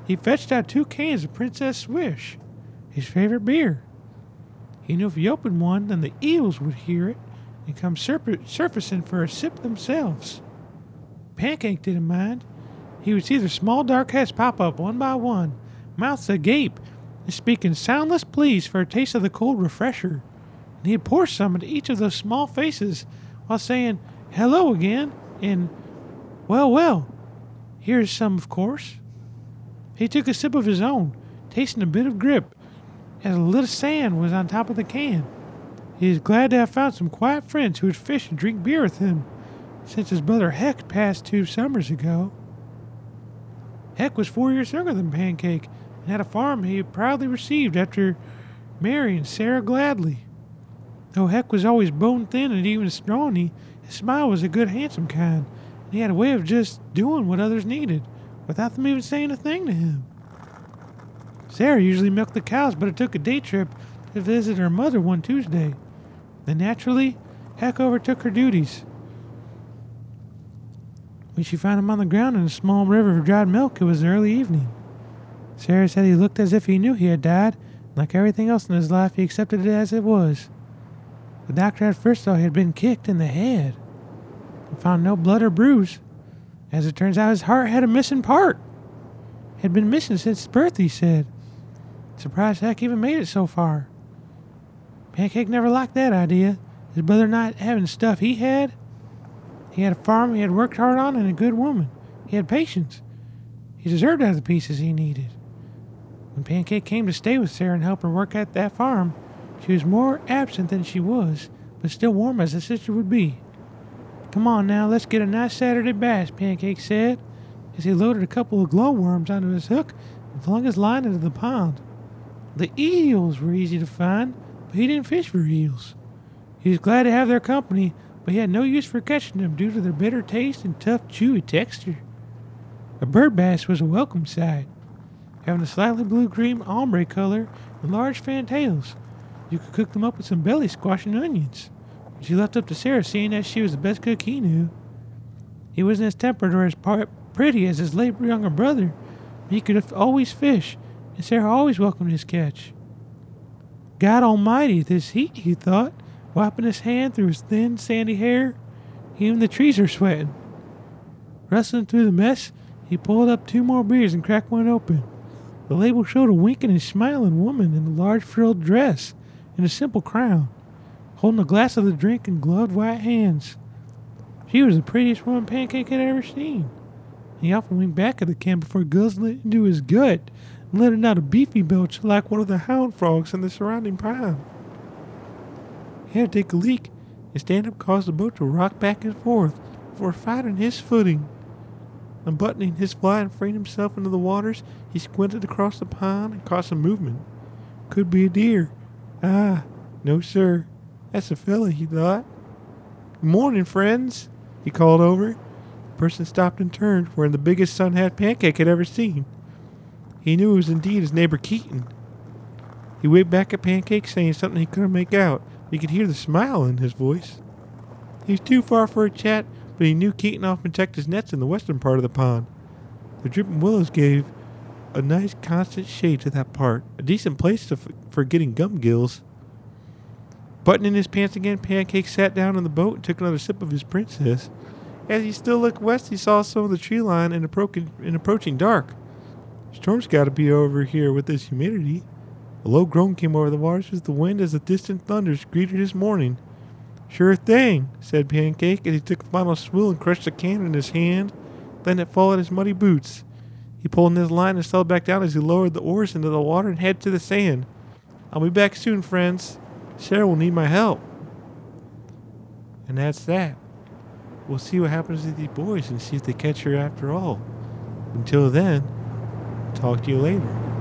[SPEAKER 3] He fetched out two cans of Princess Swish, his favorite beer. He knew if he opened one, then the eels would hear it and come surp- surfacing for a sip themselves. Pancake didn't mind. He would see their small dark heads pop up one by one, mouths agape, and speaking soundless pleas for a taste of the cold refresher. And he'd pour some into each of those small faces while saying, Hello again, and well, well, here's some, of course. He took a sip of his own, tasting a bit of grip, as a little sand was on top of the can. He was glad to have found some quiet friends who would fish and drink beer with him, since his brother Heck passed two summers ago. Heck was four years younger than Pancake and had a farm he had proudly received after marrying Sarah Gladly. Though Heck was always bone thin and even scrawny, his smile was a good, handsome kind, and he had a way of just doing what others needed, without them even saying a thing to him. Sarah usually milked the cows, but it took a day trip to visit her mother one Tuesday, and naturally, Heck overtook her duties. When she found him on the ground in a small river of dried milk, it was early evening. Sarah said he looked as if he knew he had died, and like everything else in his life, he accepted it as it was. The doctor at first thought he had been kicked in the head and found no blood or bruise. As it turns out, his heart had a missing part. Had been missing since birth, he said. Surprised Heck even made it so far. Pancake never liked that idea. His brother not having stuff he had. He had a farm he had worked hard on and a good woman. He had patience. He deserved to have the pieces he needed. When Pancake came to stay with Sarah and help her work at that farm, she was more absent than she was, but still warm as a sister would be. Come on now, let's get a nice Saturday bass, Pancake said, as he loaded a couple of glowworms onto his hook and flung his line into the pond. The eels were easy to find, but he didn't fish for eels. He was glad to have their company, but he had no use for catching them due to their bitter taste and tough, chewy texture. A bird bass was a welcome sight, having a slightly blue cream ombre color and large fan tails. You could cook them up with some belly squash and onions. She left up to Sarah, seeing that she was the best cook he knew. He wasn't as tempered or as par- pretty as his late younger brother, but he could always fish, and Sarah always welcomed his catch. God Almighty, this heat, he thought, wiping his hand through his thin, sandy hair. Even the trees are sweating. Rustling through the mess, he pulled up two more beers and cracked one open. The label showed a winking and smiling woman in a large frilled dress and a simple crown, holding a glass of the drink in gloved white hands. She was the prettiest woman Pancake had ever seen. He often went back at the can before guzzling it into his gut and letting out a beefy belch like one of the hound frogs in the surrounding pine. He had to take a leak, and stand up caused the boat to rock back and forth before finding his footing. Unbuttoning his fly and freeing himself into the waters, he squinted across the pond and caught some movement. Could be a deer. Ah, no, sir. That's a fella, he thought. Good morning, friends, he called over. The person stopped and turned, wearing the biggest sun hat Pancake had ever seen. He knew it was indeed his neighbor Keaton. He waved back at Pancake, saying something he couldn't make out. but He could hear the smile in his voice. He's too far for a chat, but he knew Keaton often checked his nets in the western part of the pond. The dripping willows gave a nice constant shade to that part, a decent place to f- for getting gum gills. Buttoning his pants again, Pancake sat down on the boat and took another sip of his princess. As he still looked west, he saw some of the tree line in, appro- in approaching dark. Storm's got to be over here with this humidity. A low groan came over the waters with the wind as the distant thunders greeted his morning. Sure thing, said Pancake, and he took a final swill and crushed the can in his hand, letting it fall at his muddy boots. He pulled in his line and settled back down as he lowered the oars into the water and headed to the sand. I'll be back soon, friends. Sarah will need my help. And that's that. We'll see what happens to these boys and see if they catch her after all. Until then, talk to you later.